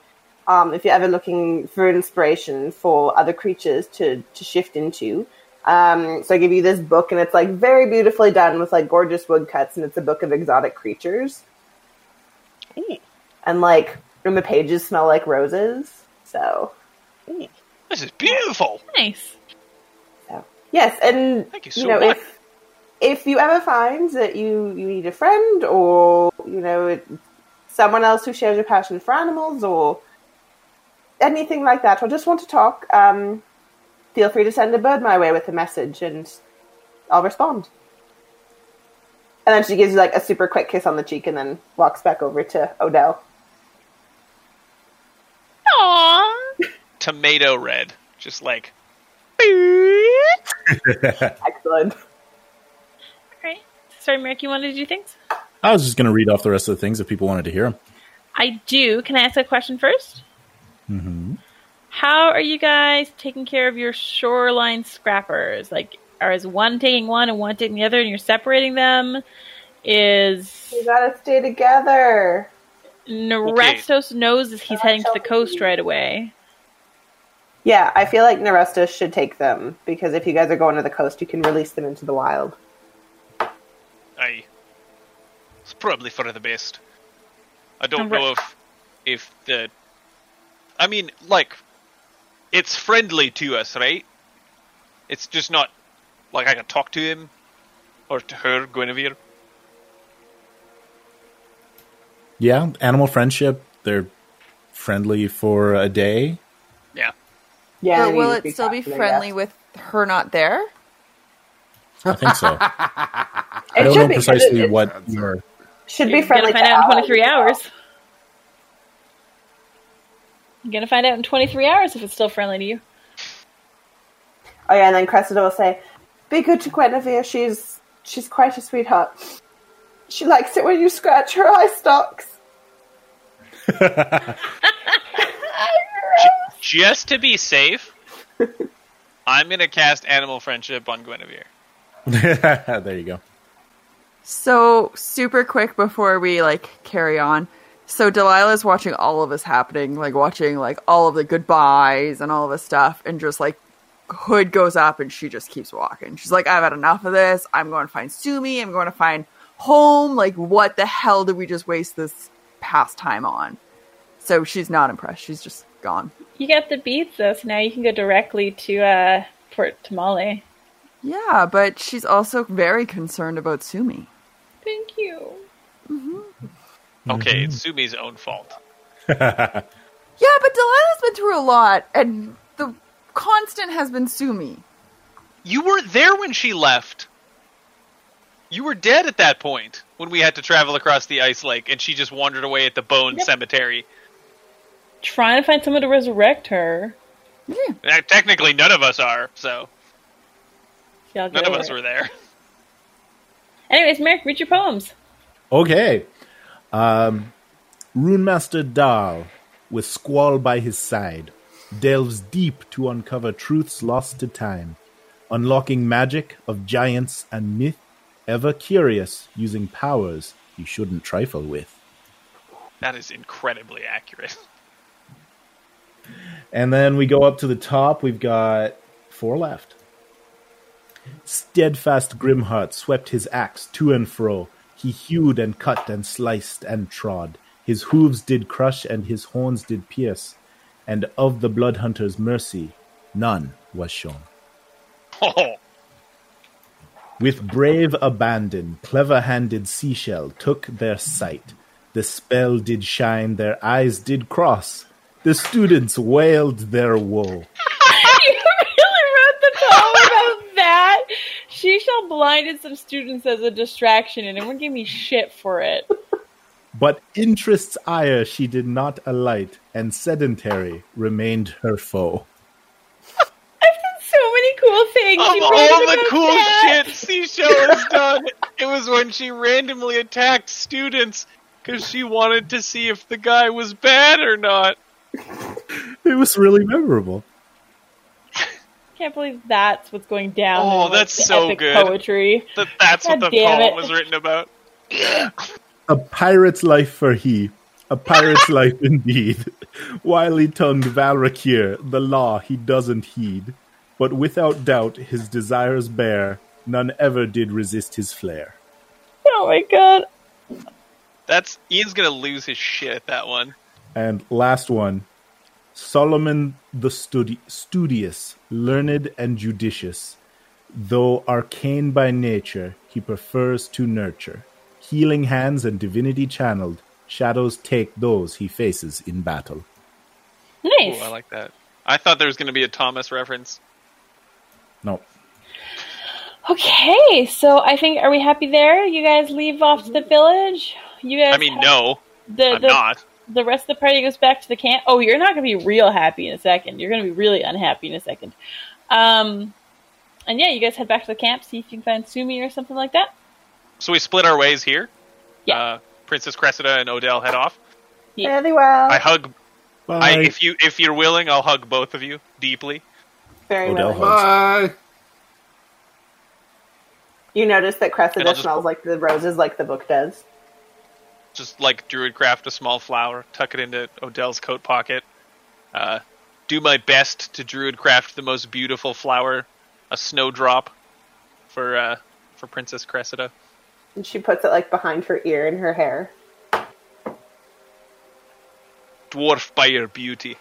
D: Um, if you're ever looking for inspiration for other creatures to, to shift into. Um, so I give you this book, and it's like very beautifully done with like gorgeous woodcuts, and it's a book of exotic creatures. And like, and the pages smell like roses. So
C: This is beautiful.
B: Nice.
D: Yes, and
C: Thank you
D: you,
C: so
D: know
C: much.
D: if if you ever find that you you need a friend or you know it, someone else who shares your passion for animals or anything like that, or just want to talk, um, feel free to send a bird my way with a message, and I'll respond. And then she gives you like a super quick kiss on the cheek, and then walks back over to Odell.
B: Aww.
C: Tomato red, just like
D: Excellent.
B: Alright. Sorry, Merrick, you wanted to do things?
A: I was just going to read off the rest of the things if people wanted to hear them.
B: I do. Can I ask a question first?
A: Mm-hmm.
B: How are you guys taking care of your shoreline scrappers? Like, are is one taking one and one taking the other, and you're separating them? Is
D: We gotta stay together.
B: Nerastos knows that he's heading to the coast right away?
D: Yeah, I feel like Naresta should take them because if you guys are going to the coast, you can release them into the wild.
C: I. It's probably for the best. I don't
B: Alright.
C: know if if the. I mean, like, it's friendly to us, right? It's just not like I can talk to him or to her, Guinevere.
A: Yeah, animal friendship. They're friendly for a day.
C: Yeah.
D: Yeah,
G: But will it still be friendly with her not there?
A: I think so. I
D: It
A: don't
D: should
A: know
D: be, 'cause
A: precisely
D: it-
A: what your
D: Should
B: You're
D: be friendly.
B: gonna find
D: to
B: out in
D: Al.
B: 23 hours. You're gonna find out in 23 hours if it's still friendly to you.
D: Oh yeah, and then Cressida will say, "Be good to Guinevere. She's she's quite a sweetheart. She likes it when you scratch her eye stalks."
C: Just to be safe, I'm gonna cast animal friendship on Guinevere.
A: there you go.
G: So super quick before we like carry on. So Delilah's watching all of this happening, like watching like all of the goodbyes and all of this stuff, and just like hood goes up and she just keeps walking. She's like, I've had enough of this. I'm going to find Sumi. I'm going to find home. Like, what the hell did we just waste this past time on? So she's not impressed. She's just gone.
B: You got the beads, though, so now you can go directly to uh, Port Tamale.
G: Yeah, but she's also very concerned about Sumi.
B: Thank you.
C: Okay, it's Sumi's own fault.
G: Yeah, but Delilah's been through a lot, and the constant has been Sumi.
C: You were there when she left. You were dead at that point when we had to travel across the ice lake, and she just wandered away at the Bone Cemetery.
B: Trying to find someone to resurrect her.
C: Uh, Technically, none of us are, so
B: Y'all get
C: none of
B: over
C: us
B: it.
C: were there.
B: Anyways, Merrick, read your poems.
A: Okay. Um, Runemaster Dahl, with Squall by his side, delves deep to uncover truths lost to time. unlocking magic of giants and myth, ever curious, using powers you shouldn't trifle with.
C: That is incredibly accurate.
A: And then we go up to the top. We've got four left. Steadfast Grimheart swept his axe to and fro. He hewed and cut and sliced and trod. His hooves did crush and his horns did pierce. And of the blood hunter's mercy, none was shown.
C: Oh,
A: With brave abandon, clever handed seashell took their sight. The spell did shine, their eyes did cross. The students wailed their woe.
B: you really wrote the poem about that. She shall blinded some students as a distraction, and everyone gave me shit for it.
A: But interest's ire she did not alight, and sedentary remained her foe.
B: So many cool things.
C: of
B: she wrote
C: all the
B: about
C: cool
B: that.
C: shit Seashell has done, it was when she randomly attacked students because she wanted to see if the guy was bad or not.
A: It was really memorable.
B: Can't believe that's what's going down.
C: Oh,
B: in, like,
C: that's
B: the
C: so
B: epic
C: good.
B: Poetry.
C: That that's
B: God
C: what the
B: damn
C: poem
B: it.
C: was written about.
A: A pirate's life for he, a pirate's life indeed. Wily tongued Valrakir, the law he doesn't heed. But without doubt his desires bear, none ever did resist his flair.
B: Oh my god.
C: That's Ian's gonna lose his shit at that one.
A: And last one Solomon the studi- studious, learned, and judicious. Though arcane by nature, he prefers to nurture. Healing hands and divinity channeled, shadows take those he faces in battle.
B: Nice.
C: Ooh, I like that. I thought there was gonna be a Thomas reference.
A: No.
B: Okay, so I think are we happy there? You guys leave off to the village. You guys.
C: I mean, no,
B: The
C: I'm
B: the,
C: not.
B: the rest of the party goes back to the camp. Oh, you're not gonna be real happy in a second. You're gonna be really unhappy in a second. Um, and yeah, you guys head back to the camp. See if you can find Sumi or something like that.
C: So we split our ways here.
B: Yeah.
C: Uh, Princess Cressida and Odell head off.
B: Yeah.
D: Very well.
C: I hug. I,
A: Bye.
C: if you if you're willing, I'll hug both of you deeply.
D: Very
A: Odell
D: well.
A: Hunt.
F: Bye.
D: You notice that
C: And
D: Cressida
C: I'll just-
D: smells like the roses, like the book does.
C: Just like Druidcraft, a small flower, tuck it into Odell's coat pocket. Uh, do my best to Druidcraft the most beautiful flower, a snowdrop, for uh, for Princess Cressida.
D: And she puts it like behind her ear in her hair.
C: Dwarfed by your beauty.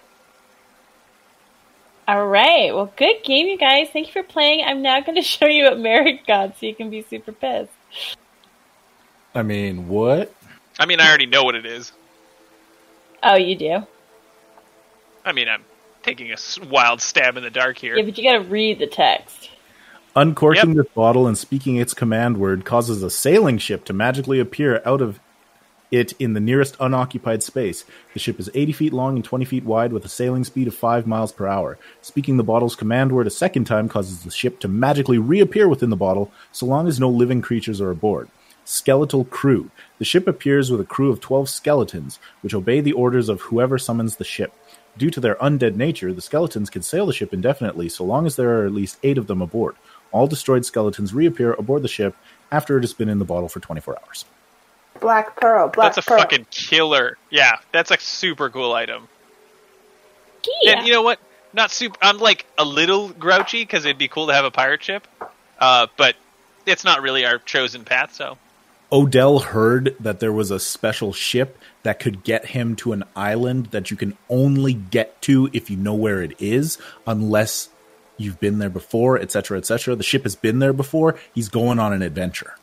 B: All right. Well, good game, you guys. Thank you for playing. I'm now going to show you what Merrick got, so you can be super pissed.
H: I mean, what?
C: I mean, I already know what it is.
B: Oh, you do. Yeah,
C: I mean, I'm taking a s- wild stab in the dark here.
B: but you got to read the text.
A: Uncorking this bottle and speaking its command word causes a sailing ship to magically appear out of it in the nearest unoccupied space. The ship is 80 feet long and 20 feet wide with a sailing speed of 5 miles per hour. Speaking the bottle's command word a second time causes the ship to magically reappear within the bottle so long as no living creatures are aboard. Skeletal crew. The ship appears with a crew of 12 skeletons, which obey the orders of whoever summons the ship. Due to their undead nature, the skeletons can sail the ship indefinitely so long as there are at least eight of them aboard. All destroyed skeletons reappear aboard the ship after it has been in the bottle for 24 hours.
D: Black pearl, black
C: That's a
D: pearl.
C: fucking killer. Yeah, that's a super cool item.
B: Yeah.
C: And you know what? Not super. I'm like a little grouchy because it'd be cool to have a pirate ship, uh, but it's not really our chosen path. So
A: Odell heard that there was a special ship that could get him to an island that you can only get to if you know where it is, unless you've been there before, etc., etc. The ship has been there before. He's going on an adventure.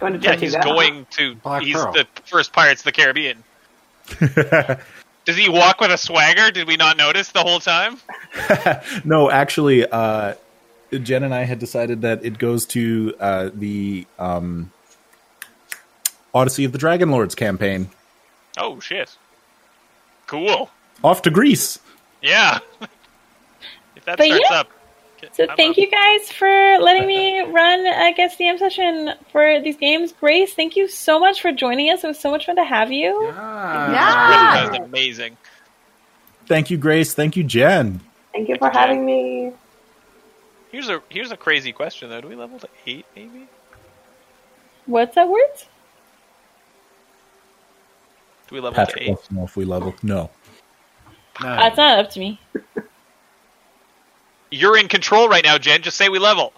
D: Going to
C: yeah,
D: Tortuga.
C: he's going to.
F: Black
C: he's
F: Pearl.
C: the first Pirates of the Caribbean. Does he walk with a swagger? Did we not notice the whole time?
A: No, actually, uh, Jen and I had decided that it goes to uh, the um, Odyssey of the Dragon Lords campaign.
C: Oh shit! Cool.
A: Off to Greece.
C: Yeah. if that
B: But
C: starts
B: yeah.
C: up.
B: So
C: I'm
B: thank
C: up.
B: you guys for letting me run a guest DM session for these games. Grace, thank you so much for joining us. It was so much fun to have you.
G: Yeah.
C: That was amazing.
A: Thank you, Grace. Thank you, Jen.
D: Thank you for having me.
C: Here's a here's a crazy question though. Do we level to eight maybe?
B: What's that word?
C: Do we level to
A: Patrick
C: eight?
A: wants to know if we level. No.
B: That's not up to me.
C: You're in control right now, Jen. Just say we level.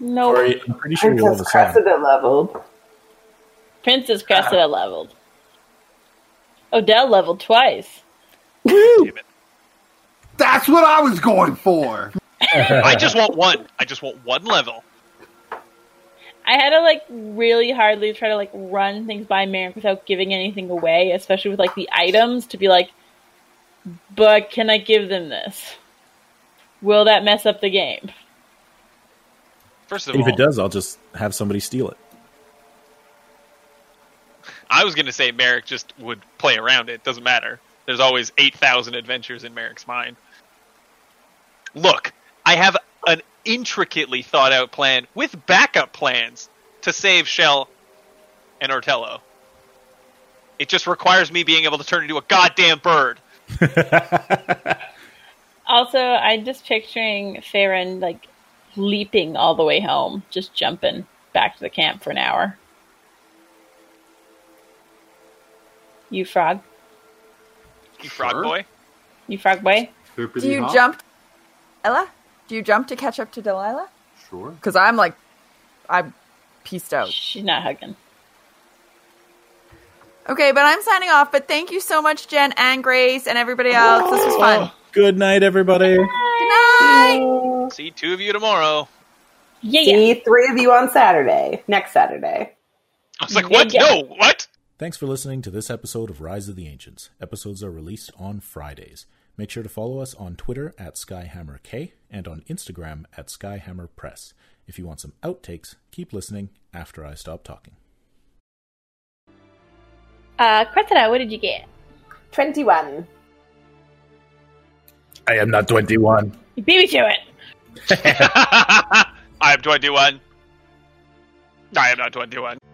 B: No,
H: Sorry.
A: I'm pretty sure we
D: Princess
A: level seven.
D: Cressida leveled.
B: Princess Cressida leveled. Odell leveled twice.
C: Damn it.
F: That's what I was going for.
C: I just want one. I just want one level.
B: I had to like really hardly try to like run things by Merrick without giving anything away, especially with like the items to be like, but can I give them this? Will that mess up the game?
C: First of
A: If
C: all,
A: it does, I'll just have somebody steal it.
C: I was gonna say Merrick just would play around it. Doesn't matter. There's always eight thousand adventures in Merrick's mind. Look, I have an intricately thought out plan with backup plans to save Shell and Ortello. It just requires me being able to turn into a goddamn bird.
B: Also, I'm just picturing Farron like leaping all the way home, just jumping back to the camp for an hour. You frog,
C: You frog
F: Sure.
C: boy.
B: you frog boy.
G: Do you jump, Ella? Do you jump to catch up to Delilah?
F: Sure.
G: Because I'm like, I'm pieced out.
B: She's not hugging.
G: Okay, but I'm signing off. But thank you so much, Jen and Grace and everybody else. This was fun.
A: Good night, everybody.
G: Good night.
C: See two of you tomorrow.
B: Yeah, yeah.
D: See E three of you on Saturday, next Saturday.
C: I was like, what?
B: Yeah.
C: No, what?
E: Thanks for listening to this episode of Rise of the Ancients. Episodes are released on Fridays. Make sure to follow us on Twitter at SkyhammerK and on Instagram at SkyhammerPress. If you want some outtakes, keep listening after I stop talking.
B: Uh, Cressida, what did you get?
D: 21.
A: I am not 21.
B: You beat me to it.
C: I am 21. I am not 21.